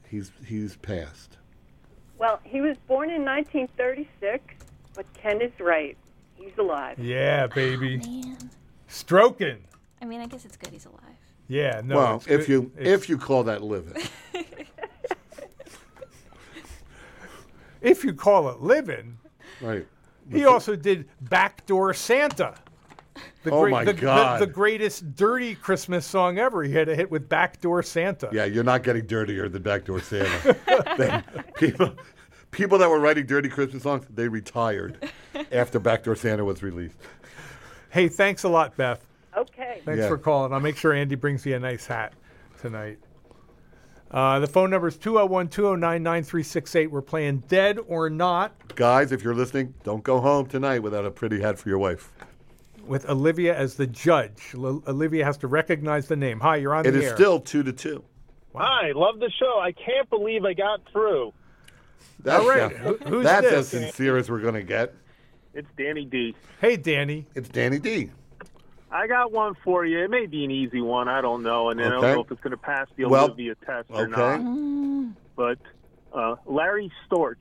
Speaker 2: He's he's passed.
Speaker 13: Well, he was born in 1936, but Ken is right. He's alive.
Speaker 1: Yeah,
Speaker 3: Oh,
Speaker 1: baby. Stroking.
Speaker 3: I mean, I guess it's good he's alive.
Speaker 1: Yeah, no.
Speaker 2: well,
Speaker 1: it's
Speaker 2: if
Speaker 1: good-
Speaker 2: you
Speaker 1: it's-
Speaker 2: if you call that living,
Speaker 1: if you call it living,
Speaker 2: right?
Speaker 1: he also did Backdoor Santa. The
Speaker 2: Oh my
Speaker 1: the,
Speaker 2: God.
Speaker 1: The, the greatest dirty Christmas song ever. He had a hit with Backdoor Santa.
Speaker 2: Yeah, you're not getting dirtier than Backdoor Santa. They- people, people that were writing dirty Christmas songs, they retired after Backdoor Santa was released.
Speaker 1: Hey, thanks a lot, Beth.
Speaker 13: Okay.
Speaker 1: Thanks
Speaker 2: Yeah.
Speaker 1: for calling. I'll make sure Andy brings you a nice hat tonight. Uh, the phone number is 201 209 9368. We're playing Dead or Not
Speaker 2: Guys, if you're listening, don't go home tonight without a pretty hat for your wife.
Speaker 1: with Olivia as the judge. L- Olivia has to recognize the name. Hi, you're on
Speaker 2: It
Speaker 1: the
Speaker 2: is
Speaker 1: air.
Speaker 2: still two to two.
Speaker 14: Hi, love the show. I can't believe I got through.
Speaker 2: That's
Speaker 1: All right,
Speaker 2: a-
Speaker 1: who- who's
Speaker 2: that's
Speaker 1: this?
Speaker 2: as sincere as we're gonna get.
Speaker 14: It's Danny D.
Speaker 1: Hey, Danny.
Speaker 2: It's Danny D.
Speaker 14: I got one for you. It may be an easy one. I don't know, and I
Speaker 2: Okay.
Speaker 14: don't know if it's going to pass the
Speaker 2: Well,
Speaker 14: Olivia test or
Speaker 2: okay.
Speaker 14: not. But uh, Larry Storch.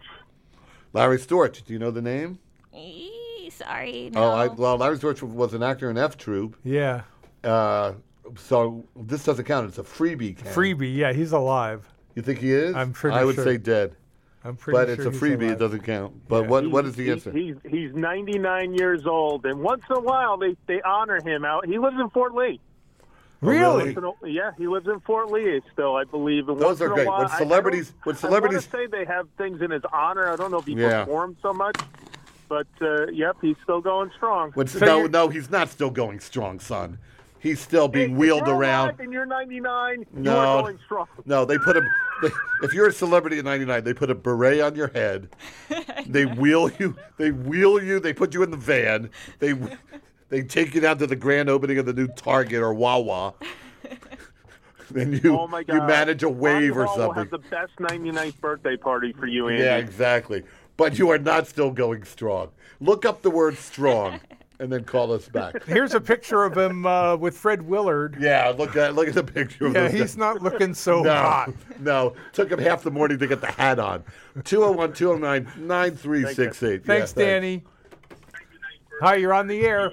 Speaker 2: Larry Storch. Do you know the name?
Speaker 3: Eee, sorry. No.
Speaker 2: Oh, I, well, Larry Storch was an actor in F Troop.
Speaker 1: Yeah.
Speaker 2: Uh, so this doesn't count. It's a freebie. Ken.
Speaker 1: Freebie, yeah, he's alive.
Speaker 2: You think he is?
Speaker 1: I'm pretty
Speaker 2: I would
Speaker 1: sure.
Speaker 2: say dead.
Speaker 1: I'm pretty
Speaker 2: But
Speaker 1: sure
Speaker 2: it's a
Speaker 1: he's
Speaker 2: freebie.
Speaker 1: alive.
Speaker 2: It doesn't count. But what
Speaker 14: He's-
Speaker 2: what is the
Speaker 14: he-
Speaker 2: answer?
Speaker 14: He's he's 99 years old, and once in a while they, they honor him out. He lives in Fort Lee.
Speaker 1: Oh, Really?
Speaker 2: Oh,
Speaker 14: Once in a- yeah, he lives in Fort Lee still, I believe. And
Speaker 2: Those
Speaker 14: once
Speaker 2: are
Speaker 14: in a
Speaker 2: great.
Speaker 14: while-
Speaker 2: When
Speaker 14: I- I
Speaker 2: celebrities-
Speaker 14: don't-
Speaker 2: when
Speaker 14: I want to say they have things in his honor. I don't know if he
Speaker 2: Yeah.
Speaker 14: performed so much, but uh, yep, he's still going strong.
Speaker 2: When, no, no, he's not still going strong, son. He's still being wheeled
Speaker 14: You're
Speaker 2: around.
Speaker 14: alive and you're 99. You are
Speaker 2: No,
Speaker 14: going strong.
Speaker 2: no, they put a. They, if you're a celebrity at 99, they put a beret on your head. They wheel you. They wheel you. They put you in the van. They they take you down to the grand opening of the new Target or Wawa. Then you
Speaker 14: oh my God.
Speaker 2: you manage a wave or
Speaker 14: Ron Paul will
Speaker 2: something.
Speaker 14: have the best 99th birthday party for you, Andy.
Speaker 2: Yeah, exactly. But you are not still going strong. Look up the word strong and then call us back.
Speaker 1: Here's a picture of him uh, with Fred Willard.
Speaker 2: Yeah, look at look at the picture of
Speaker 1: Yeah,
Speaker 2: this guy.
Speaker 1: he's not looking so
Speaker 2: no,
Speaker 1: hot.
Speaker 2: No, took him half the morning to get the hat on. 201 209 9368.
Speaker 1: Thanks, Danny. Hi, you're on the air.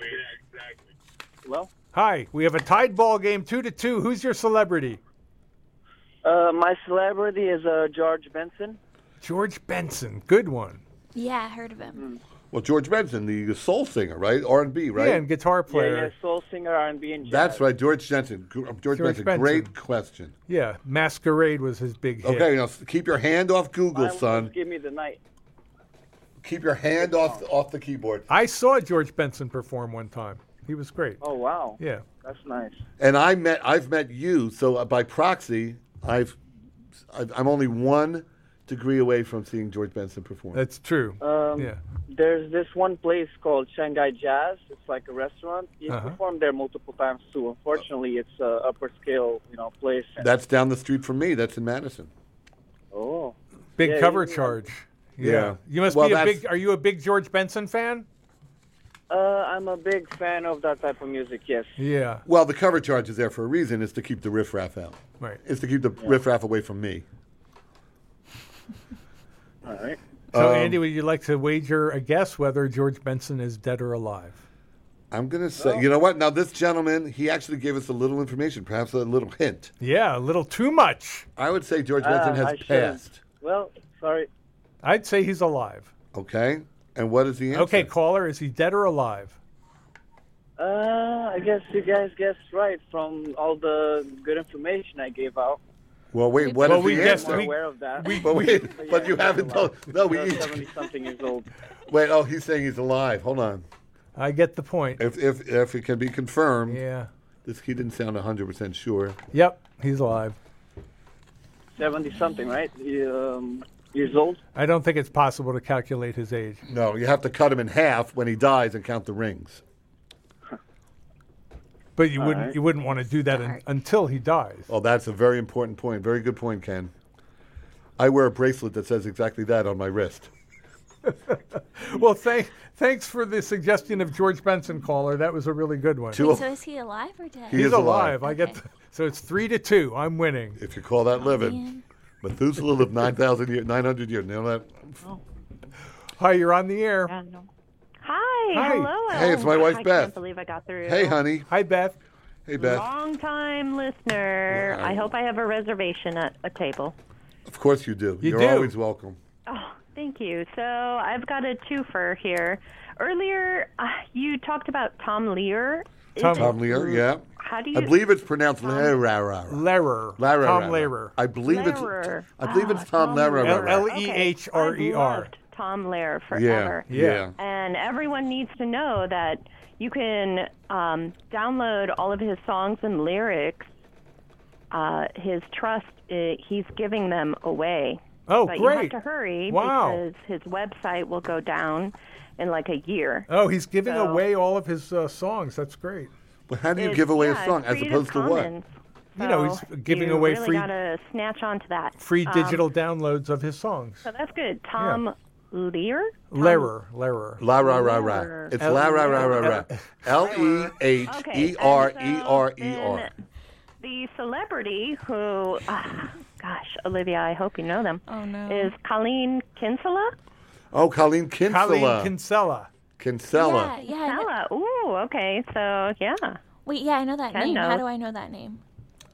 Speaker 12: Hello?
Speaker 1: Hi, we have a tied ball game, two to two. Who's your celebrity?
Speaker 12: Uh, my celebrity is uh, George Benson.
Speaker 1: George Benson. Good one.
Speaker 3: Yeah, I heard of
Speaker 12: Hmm.
Speaker 3: him.
Speaker 2: Well, George Benson, the soul singer, right? R&B, right?
Speaker 1: Yeah, and guitar player.
Speaker 12: Yeah, yeah, soul singer, R&B, and jazz.
Speaker 2: That's right, George Benson. Gr- uh, George, Benson,
Speaker 1: Benson.
Speaker 2: great question.
Speaker 1: Yeah, Masquerade was his big hit.
Speaker 2: Okay, now s- keep your hand off Google,
Speaker 12: Mine was
Speaker 2: son.
Speaker 12: Give me the night.
Speaker 2: Keep your hand off off the keyboard.
Speaker 1: I saw George Benson perform one time. He was great.
Speaker 12: Oh wow.
Speaker 1: Yeah.
Speaker 12: That's nice.
Speaker 2: and I met I've met you. So uh, by proxy, I've I've- I'm only one degree away from seeing George Benson perform.
Speaker 1: That's true.
Speaker 12: Um,
Speaker 1: Yeah.
Speaker 12: There's this one place called Shanghai Jazz. It's like a restaurant. You
Speaker 2: Uh-huh.
Speaker 12: performed there multiple times too. Unfortunately, it's a upper scale, you know, place.
Speaker 2: That's down the street from me. That's in Madison.
Speaker 12: oh.
Speaker 1: Big
Speaker 12: Yeah,
Speaker 1: cover
Speaker 12: you-
Speaker 1: charge. Yeah.
Speaker 2: Yeah.
Speaker 1: You must
Speaker 2: Well,
Speaker 1: be a
Speaker 2: that's-
Speaker 1: big are you a big George Benson fan?
Speaker 12: Uh, I'm a big fan of that type of music. Yes.
Speaker 1: Yeah.
Speaker 2: Well, the cover charge is there for a reason. It's to keep the riffraff out.
Speaker 1: Right.
Speaker 2: It's to keep the riffraff away from me.
Speaker 12: All right.
Speaker 1: So,
Speaker 2: Um,
Speaker 1: Andy, would you like to wager a guess whether George Benson is dead or alive?
Speaker 2: I'm gonna say, you know what? Now this gentleman, he actually gave us a little information, perhaps a little hint.
Speaker 1: Yeah, a little too much.
Speaker 2: I would say George Benson
Speaker 12: Ah,
Speaker 2: has passed.
Speaker 12: Well, sorry.
Speaker 1: I'd say he's alive.
Speaker 2: Okay, and what is the answer?
Speaker 1: Okay, caller, is he dead or alive?
Speaker 12: Uh, I guess you guys guessed right from all the good information I gave out.
Speaker 2: Well, wait. What
Speaker 12: Well,
Speaker 2: is
Speaker 12: we
Speaker 2: the
Speaker 12: guessed-
Speaker 2: answer?
Speaker 12: we- Aware of that. we-
Speaker 2: but wait,
Speaker 12: But
Speaker 2: but
Speaker 12: yeah,
Speaker 2: you haven't told. No, we
Speaker 12: About
Speaker 2: each.
Speaker 12: 70 something years old.
Speaker 2: Wait. Oh, he's saying he's alive. Hold on.
Speaker 1: I get the point.
Speaker 2: If if if it can be confirmed.
Speaker 1: Yeah.
Speaker 2: This he didn't sound 100 percent sure.
Speaker 1: Yep, he's alive.
Speaker 12: 70 something, right? Um, years old.
Speaker 1: I don't think it's possible to calculate his age.
Speaker 2: No, you have to cut him in half when he dies and count the rings.
Speaker 1: But you wouldn't
Speaker 2: Alright.
Speaker 1: you wouldn't want to do that un- until he dies.
Speaker 2: Oh, that's a very important point. Very good point, Ken. I wear a bracelet that says exactly that on my wrist.
Speaker 1: Well, thank, thanks for the suggestion of George Benson caller. That was a really good one.
Speaker 3: Wait, so is he alive or dead?
Speaker 1: He's alive. I get the, so it's three to two. I'm winning.
Speaker 2: If you call that living, Methuselah lived 9,000 years, 900 years. You know that?
Speaker 1: Hi, you're on the air.
Speaker 15: Hi,
Speaker 1: Hi.
Speaker 15: hello.
Speaker 2: Hey, it's my wife,
Speaker 15: I
Speaker 2: Beth.
Speaker 15: can't believe I got through.
Speaker 2: Hey, honey.
Speaker 1: Hi, Beth.
Speaker 2: Hey, Beth.
Speaker 15: Long time listener. I hope I have a reservation at a table.
Speaker 2: Of course you do.
Speaker 1: You
Speaker 2: are
Speaker 1: do.
Speaker 2: always welcome.
Speaker 15: Oh, thank you. So I've got a twofer here. Earlier, uh, you talked about Tom Lear. Is it-
Speaker 2: Tom Lear, yeah.
Speaker 15: Mm. How do
Speaker 2: I
Speaker 15: you-
Speaker 2: believe it's pronounced Lehrer.
Speaker 1: Lehrer.
Speaker 2: Lehrer.
Speaker 1: Tom Lehrer.
Speaker 2: I believe it's
Speaker 15: Lehrer.
Speaker 2: I believe
Speaker 15: Ah,
Speaker 2: it's Tom Lehrer.
Speaker 1: L E H R E R.
Speaker 15: Tom Lair forever.
Speaker 2: yeah.
Speaker 15: And everyone needs to know that you can um, download all of his songs and lyrics. Uh, his trust, uh, he's giving them away.
Speaker 1: Oh,
Speaker 15: but you have
Speaker 1: great.
Speaker 15: to hurry
Speaker 1: Wow.
Speaker 15: because his website will go down in like a year.
Speaker 1: Oh, he's giving
Speaker 15: So-
Speaker 1: away all of his uh, songs. That's great.
Speaker 2: But how
Speaker 15: It's- yeah, it's Creative Commons.
Speaker 1: You know, he's
Speaker 15: So
Speaker 1: giving
Speaker 15: you
Speaker 1: away
Speaker 15: really
Speaker 1: free-
Speaker 15: gotta snatch onto that.
Speaker 1: Free
Speaker 15: Um,
Speaker 1: digital downloads of his songs.
Speaker 15: So that's good. Tom Lear?
Speaker 1: Lehrer. Lehrer.
Speaker 2: La ra ra ra. It's
Speaker 1: E
Speaker 2: la ra ra ra ra. L E H E R E R E R.
Speaker 15: The celebrity who, ah, gosh, Olivia, I hope you know them. Oh no, is Colleen Kinsella?
Speaker 2: Oh, Colleen Kinsella.
Speaker 1: Colleen Kinsella.
Speaker 2: Kinsella.
Speaker 3: yeah.
Speaker 15: Kinsella. Ooh, okay. So yeah.
Speaker 3: Wait, yeah, I know that
Speaker 15: Ken
Speaker 3: name. How
Speaker 15: knows.
Speaker 3: do I know that name?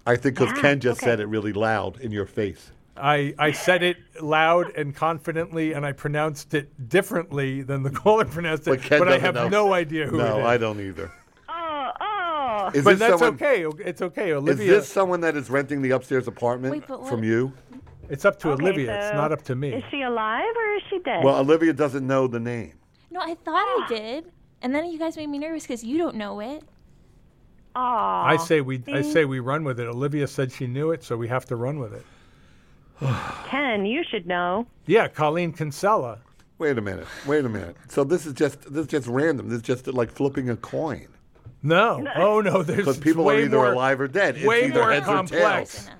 Speaker 2: I think because Ken just said it really loud in your face.
Speaker 1: I, I said it loud and confidently, and I pronounced it differently than the caller pronounced it.
Speaker 2: But Ken
Speaker 1: I
Speaker 2: doesn't
Speaker 1: have
Speaker 2: know.
Speaker 1: no idea who
Speaker 2: No,
Speaker 1: it is.
Speaker 2: I don't either.
Speaker 15: Oh, oh.
Speaker 2: Is
Speaker 1: but
Speaker 2: this
Speaker 1: that's
Speaker 2: someone-
Speaker 1: okay. It's okay.
Speaker 2: Is
Speaker 1: Olivia.
Speaker 2: this someone that is renting the upstairs apartment
Speaker 15: Wait, but what-
Speaker 2: from you?
Speaker 1: It's up to
Speaker 15: Okay,
Speaker 1: Olivia.
Speaker 15: so
Speaker 1: it's not up to me.
Speaker 15: Is she alive or is she dead?
Speaker 2: Well, Olivia doesn't know the name.
Speaker 3: No, I thought I
Speaker 15: Ah.
Speaker 3: did, and then you guys made me nervous because you don't know it.
Speaker 15: Aw.
Speaker 1: I say we I
Speaker 15: See?
Speaker 1: say we run with it. Olivia said she knew it, so we have to run with it.
Speaker 15: Ken, you should know.
Speaker 1: Yeah, Colleen Kinsella.
Speaker 2: Wait a minute. Wait a minute. So this is just this is just random. This is just like flipping a coin.
Speaker 1: No. Oh no, there's
Speaker 2: Because people
Speaker 1: way
Speaker 2: are either
Speaker 1: more-
Speaker 2: alive or dead. It's
Speaker 1: way
Speaker 2: either
Speaker 1: more
Speaker 2: heads
Speaker 1: complex.
Speaker 2: or tails.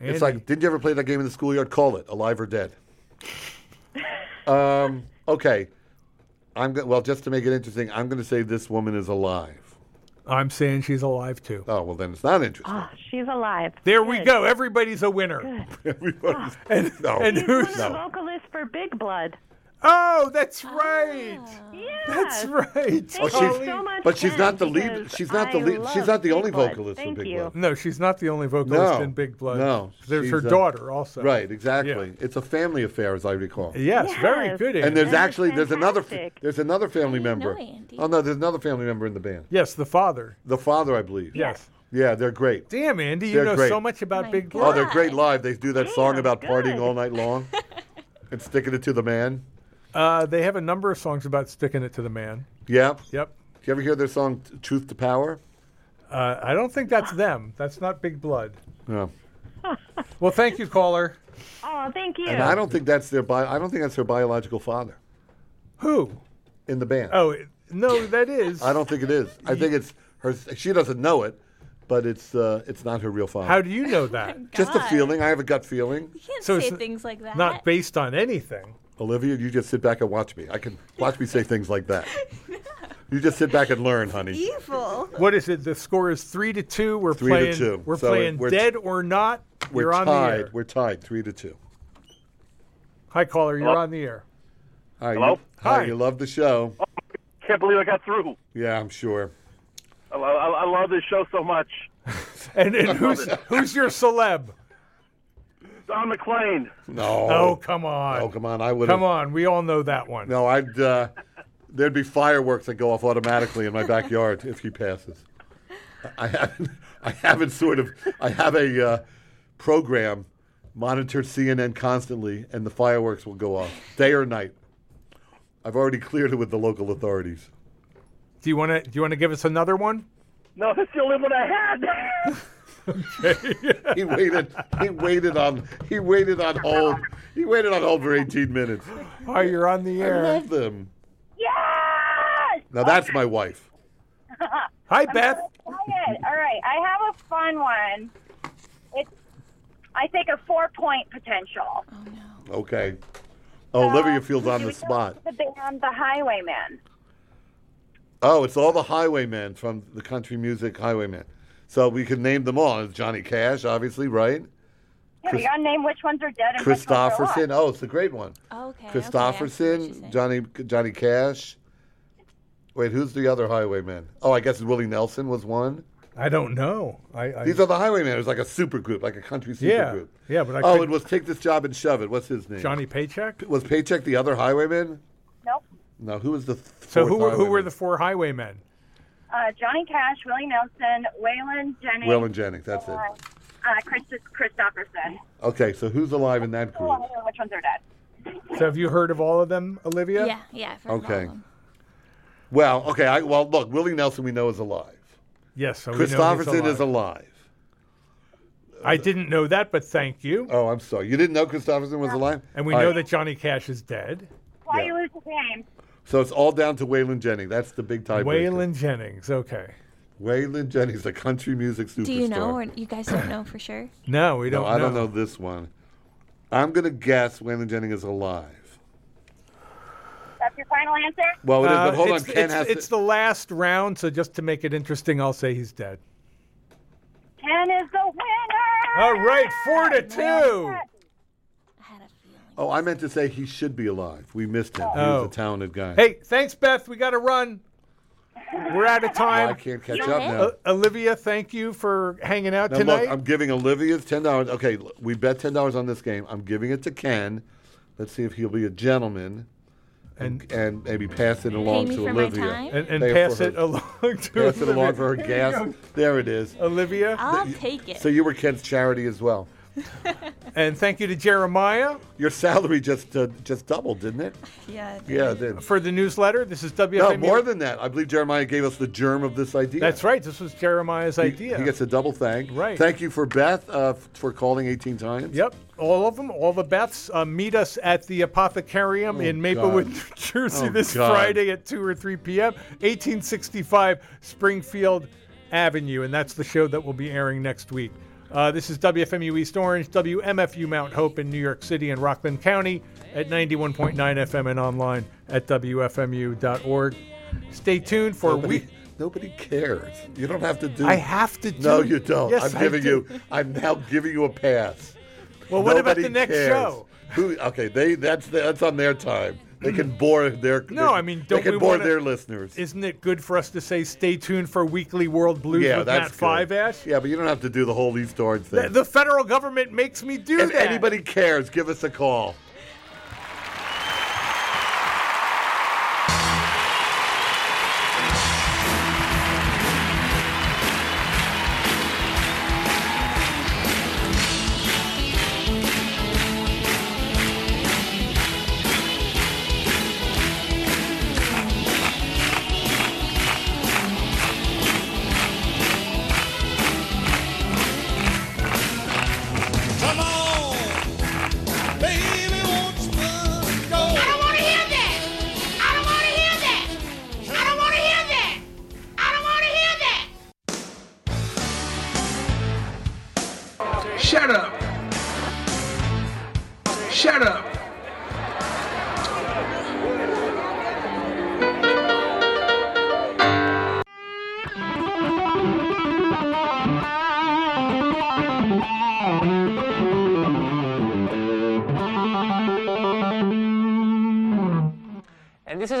Speaker 2: It's like, did you ever play that game in the schoolyard? Call it alive or dead. um, okay, I'm go- well. Just to make it interesting, I'm going to say this woman is alive.
Speaker 1: I'm saying she's alive too.
Speaker 2: Oh well, then it's not interesting.
Speaker 15: Oh, she's alive.
Speaker 1: There we
Speaker 15: Good. Ah.
Speaker 1: go. Everybody's a winner.
Speaker 2: Everybody's
Speaker 1: and,
Speaker 2: no.
Speaker 1: and
Speaker 15: She's
Speaker 1: who's
Speaker 15: one of the vocalists for Big Blood.
Speaker 1: Oh,
Speaker 15: Ah.
Speaker 1: that's right.
Speaker 15: Yeah.
Speaker 1: That's right.
Speaker 15: Thank
Speaker 2: Oh,
Speaker 15: you
Speaker 2: she's-
Speaker 15: so much,
Speaker 2: but she's
Speaker 15: Ken,
Speaker 2: not the lead.
Speaker 15: because
Speaker 2: She's not the
Speaker 15: I
Speaker 2: lead. She's
Speaker 15: love
Speaker 2: not the
Speaker 15: Big
Speaker 2: only
Speaker 15: Blood.
Speaker 2: vocalist
Speaker 15: Thank
Speaker 2: for Big
Speaker 15: you.
Speaker 2: Blood.
Speaker 1: No, she's not the only vocalist
Speaker 2: no,
Speaker 1: in Big Blood.
Speaker 2: No,
Speaker 1: There's
Speaker 2: she's,
Speaker 1: her
Speaker 2: uh,
Speaker 1: daughter also.
Speaker 2: Right, exactly. It's a family affair, as I recall.
Speaker 1: Yes, very good.
Speaker 2: And there's
Speaker 1: Andy.
Speaker 2: actually there's another fa- there's another family member. Oh no, there's another family member in the band.
Speaker 1: Yes, the father.
Speaker 2: The father, I believe.
Speaker 1: Yes.
Speaker 2: Yeah, they're great.
Speaker 1: Damn, Andy, you
Speaker 2: They're
Speaker 1: know
Speaker 2: great.
Speaker 1: so much about Big
Speaker 2: Oh,
Speaker 1: Blood.
Speaker 2: they're great live. They do that song about partying all night long and sticking it to the man.
Speaker 1: Uh, they have a number of songs about sticking it to the man.
Speaker 2: Yeah.
Speaker 1: Yep.
Speaker 2: Do you ever hear their song T- "Truth to Power"?
Speaker 1: Uh, I don't think that's them. That's not Big Blood.
Speaker 2: No.
Speaker 1: Well, thank you, caller.
Speaker 15: Oh, thank you.
Speaker 2: And I don't think that's their bi- I don't think that's their biological father
Speaker 1: Who?
Speaker 2: in the band.
Speaker 1: Oh, it- no, that is.
Speaker 2: I don't think it is. I think it's her. She doesn't know it, but it's uh, it's not her real father.
Speaker 1: How do you know that?
Speaker 2: Just a feeling. I have a gut feeling.
Speaker 3: You can't
Speaker 1: So
Speaker 3: say
Speaker 1: it's
Speaker 3: things like that.
Speaker 1: Not based on anything.
Speaker 2: Olivia, you just sit back and watch me. I can watch me say things like that. You just sit back and learn, honey.
Speaker 3: Evil.
Speaker 1: What is it? The score is three to two. We're
Speaker 2: Three to
Speaker 1: playing.
Speaker 2: two.
Speaker 1: We're
Speaker 2: So
Speaker 1: playing
Speaker 2: we're-
Speaker 1: dead or not.
Speaker 2: We're
Speaker 1: You're on
Speaker 2: tied.
Speaker 1: the air.
Speaker 2: We're tied, three to two.
Speaker 1: Hi, caller. You're
Speaker 14: Oh,
Speaker 2: Hello?
Speaker 1: on the air.
Speaker 2: Hi,
Speaker 1: Hello?
Speaker 2: You, hi.
Speaker 1: Hi.
Speaker 2: You love the show.
Speaker 16: Can't believe I got through.
Speaker 2: Yeah, I'm sure.
Speaker 16: I, I, I love this show so much.
Speaker 1: And, and who's who's your celeb?
Speaker 16: Don McLean.
Speaker 2: No.
Speaker 1: Oh, come on.
Speaker 2: Oh, come on. I would.
Speaker 1: Come on. We all know that one.
Speaker 2: No, I'd. Uh, there'd be fireworks that go off automatically in my backyard if he passes. I haven't. I haven't sort of. I have a uh, program monitored CNN constantly, and the fireworks will go off day or night. I've already cleared it with the local authorities.
Speaker 1: Do you want to? Do you want to give us another one?
Speaker 16: No, that's the only one I had.
Speaker 2: he waited. He waited on. He waited on hold. He waited on hold for 18 minutes.
Speaker 1: Hi, you're on the air.
Speaker 2: I love them.
Speaker 17: Yes!
Speaker 2: Now that's my wife.
Speaker 1: Hi,
Speaker 17: I'm
Speaker 1: Beth.
Speaker 17: so excited. All right, I have a fun one. It's, I think, a four-point potential.
Speaker 2: Okay. Oh, Olivia feels on the spot.
Speaker 17: The band, The Highwaymen.
Speaker 2: Oh, it's all the Highwaymen from the country music Highwaymen. So we can name them all. It's Johnny Cash, obviously, right?
Speaker 17: Yeah,
Speaker 2: Chris-
Speaker 17: we gotta name which ones are dead and which ones are alive.
Speaker 2: Christofferson. Oh, it's a great one.
Speaker 17: Okay, okay,
Speaker 2: Christofferson, Johnny Johnny Cash. Wait, who's the other Highwayman? Oh, I guess Willie Nelson was one.
Speaker 1: I don't know. I, I
Speaker 2: These are the Highwaymen. It was like a super group, like a country super
Speaker 1: Yeah,
Speaker 2: group.
Speaker 1: yeah, but I
Speaker 2: oh, it
Speaker 1: couldn't-
Speaker 2: was Take This Job and Shove It. What's his name?
Speaker 1: Johnny Paycheck.
Speaker 2: Was Paycheck the other Highwayman?
Speaker 17: Nope.
Speaker 2: No, who was the th-
Speaker 1: So
Speaker 2: fourth
Speaker 1: who were who
Speaker 2: Highwayman?
Speaker 1: were the four highwaymen?
Speaker 17: Uh, Johnny Cash, Willie Nelson, Waylon Jennings.
Speaker 2: Will and Jennings. That's it.
Speaker 17: uh, uh, Chris Christofferson.
Speaker 2: Okay, so who's alive in that
Speaker 17: Oh,
Speaker 2: group?
Speaker 17: I don't know which ones are dead.
Speaker 1: So have you heard of all of them, Olivia?
Speaker 17: Yeah, yeah.
Speaker 2: Okay. Well, okay. I, well, look, Willie Nelson we know is alive.
Speaker 1: Yes. So we know he's
Speaker 2: Christofferson is
Speaker 1: alive.
Speaker 2: alive.
Speaker 1: I didn't know that, but thank you.
Speaker 2: Oh, I'm sorry. You didn't know Christofferson was alive?
Speaker 1: And we
Speaker 2: All
Speaker 1: know
Speaker 2: right.
Speaker 1: that Johnny Cash is dead.
Speaker 17: Why you lose the game?
Speaker 2: So it's all down to Waylon Jennings. That's the big time.
Speaker 1: Waylon Jennings. Okay.
Speaker 2: Waylon Jennings, the country music superstar.
Speaker 3: Do you know, or you guys don't know for sure?
Speaker 1: No, we don't
Speaker 2: I don't know
Speaker 1: know.
Speaker 2: this one. I'm gonna guess Waylon Jennings is alive.
Speaker 17: That's your final answer?
Speaker 2: Well, Oh, it is, but hold
Speaker 1: Uh, it's,
Speaker 2: on. Ken
Speaker 1: it's,
Speaker 2: has
Speaker 1: it's the last round, so just to make it interesting, I'll say he's dead.
Speaker 17: Ken is the winner!
Speaker 1: All right, four to two.
Speaker 2: to. Oh, I meant to say he should be alive. We missed him. He
Speaker 1: Oh.
Speaker 2: was a talented guy.
Speaker 1: Hey, thanks, Beth. We got to run. We're out of time.
Speaker 2: Well, I can't catch up now.
Speaker 1: O- Olivia, thank you for hanging out
Speaker 2: Now,
Speaker 1: tonight.
Speaker 2: Look, I'm giving Olivia's ten dollars. Okay, l- we bet ten dollars on this game. I'm giving it to Ken. Let's see if he'll be a gentleman and and maybe pass it along
Speaker 1: me
Speaker 2: to
Speaker 1: for my
Speaker 2: Olivia
Speaker 1: time? And- and
Speaker 2: Pay
Speaker 1: pass
Speaker 2: for
Speaker 1: it along to
Speaker 2: pass it
Speaker 1: Olivia.
Speaker 2: along for her
Speaker 1: Here you
Speaker 2: gas.
Speaker 1: go.
Speaker 2: There it is.
Speaker 1: Olivia.
Speaker 3: I'll take it.
Speaker 2: So you were Ken's charity as well.
Speaker 1: and thank you to Jeremiah.
Speaker 2: Your salary just uh, just doubled, didn't it?
Speaker 3: Yeah.
Speaker 2: Yeah, it did.
Speaker 1: For the newsletter, this is WFM.
Speaker 2: No, more than that. I believe Jeremiah gave us the germ of this idea.
Speaker 1: That's right. This was Jeremiah's idea.
Speaker 2: He gets a double thank.
Speaker 1: Right.
Speaker 2: Thank you for Beth uh, f- for calling 18 times.
Speaker 1: Yep, all of them, all the Beths. Uh, meet us at the Apothecarium in Maplewood,
Speaker 2: Oh, God.
Speaker 1: New Jersey,
Speaker 2: Oh,
Speaker 1: this
Speaker 2: God.
Speaker 1: Friday at 2 or 3 p.m., 1865 Springfield Avenue. And that's the show that will be airing next week. Uh, this is WFMU East Orange, WMFU Mount Hope in New York City and Rockland County at 91.9 FM and online at WFMU.org. Stay tuned for
Speaker 2: Nobody-
Speaker 1: week.
Speaker 2: Nobody cares. You don't have to do.
Speaker 1: I have to
Speaker 2: No,
Speaker 1: do-
Speaker 2: you don't.
Speaker 1: Yes,
Speaker 2: I'm
Speaker 1: I
Speaker 2: giving
Speaker 1: do.
Speaker 2: you. I'm now giving you a pass.
Speaker 1: Well, what about
Speaker 2: Nobody
Speaker 1: the next
Speaker 2: cares.
Speaker 1: show?
Speaker 2: Who? Okay, they. That's that's on their time. They can bore their.
Speaker 1: No, I mean, don't
Speaker 2: they can
Speaker 1: we
Speaker 2: bore
Speaker 1: wanna-
Speaker 2: their listeners.
Speaker 1: Isn't it good for us to say stay tuned for Weekly World Blues
Speaker 2: yeah,
Speaker 1: with
Speaker 2: that's
Speaker 1: Matt Five
Speaker 2: good. Yeah, but you don't have to do the whole East Orange thing.
Speaker 1: The, the federal government makes me do
Speaker 2: if
Speaker 1: that.
Speaker 2: anybody cares, give us a call.
Speaker 18: Come on, baby, this is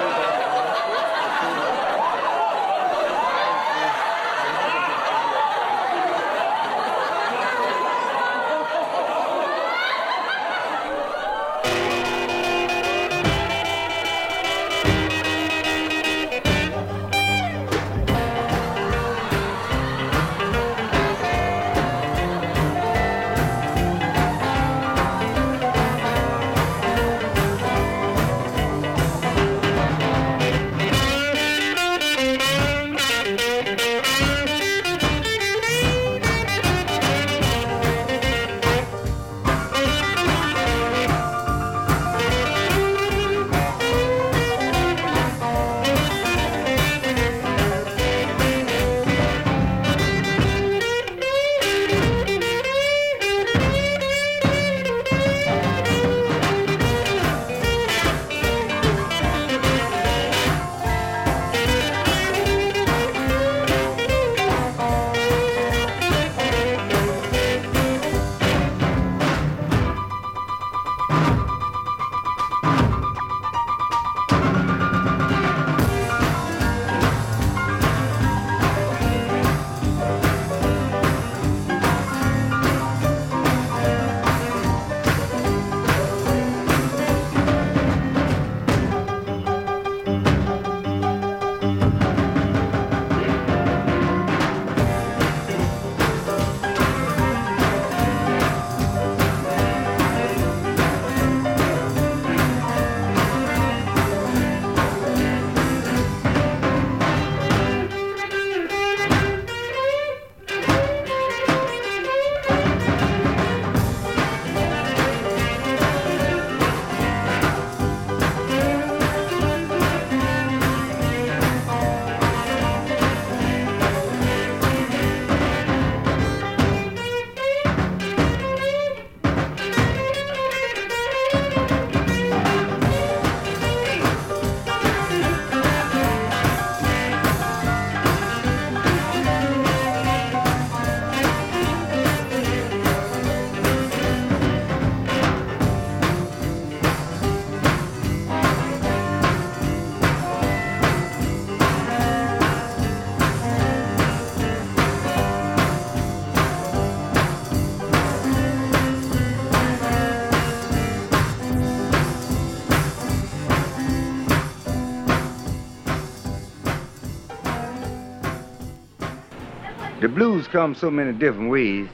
Speaker 19: The blues come so many different ways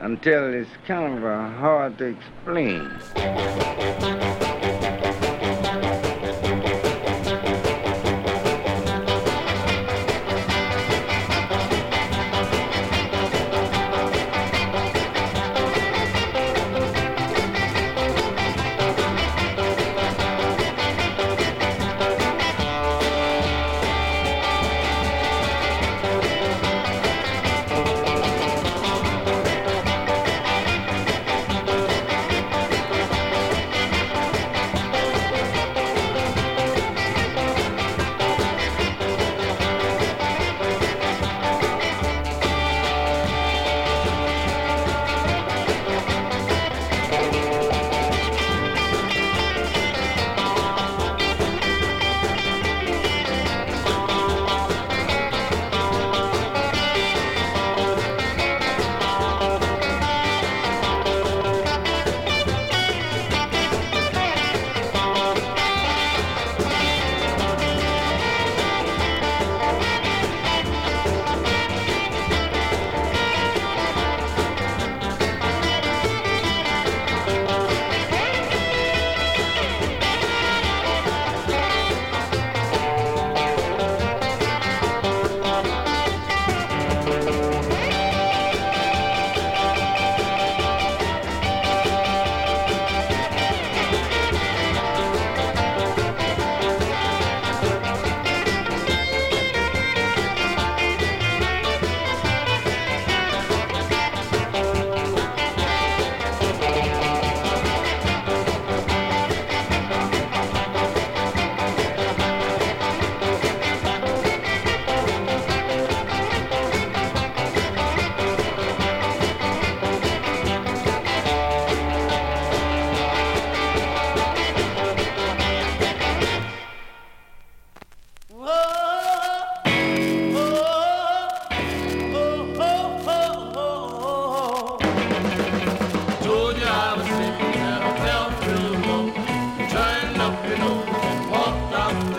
Speaker 19: until it's kind of uh, hard to explain.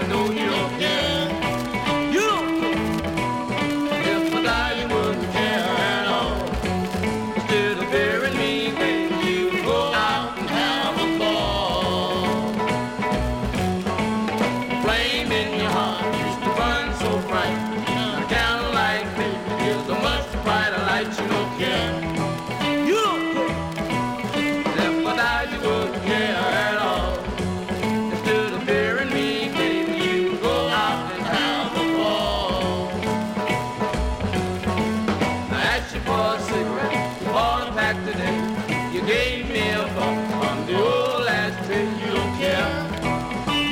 Speaker 20: know you don't care. You don't care. If I die, you wouldn't care at all. Instead of burying me, baby, you would go out and have a ball. Flame in your heart used to burn so bright. A candlelight, baby, is a much brighter light. You don't care. You don't care. If I die, you wouldn't care at all. Instead of burying me, baby, you go out and have a ball. I asked you for a cigarette, you bought a pack today. You gave me a bump on the old ashtray. You don't care.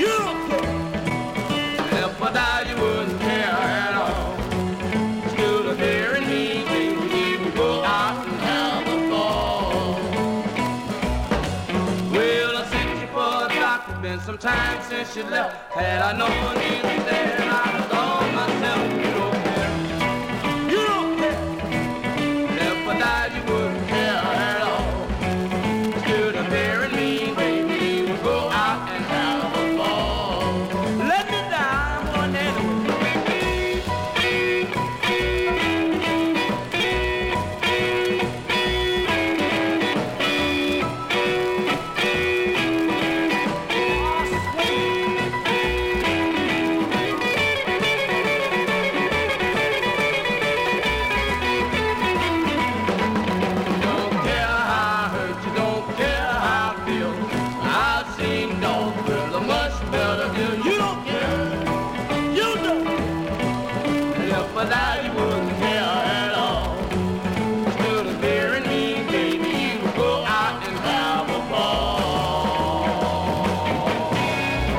Speaker 20: You don't care. If I died, you wouldn't care at all. Instead of burying me, baby, you go out and have a ball. Well, I sent you for a doctor. Been some time since you left. Had I known you were there, I'd have gone myself. You don't care. You don't care. If I died, you wouldn't care at all. You'd have buried me, baby. We'll go out and have a ball. Let me die one day. Don't care how I hurt you, don't care how I feel. I've seen no thrill, a much better deal. You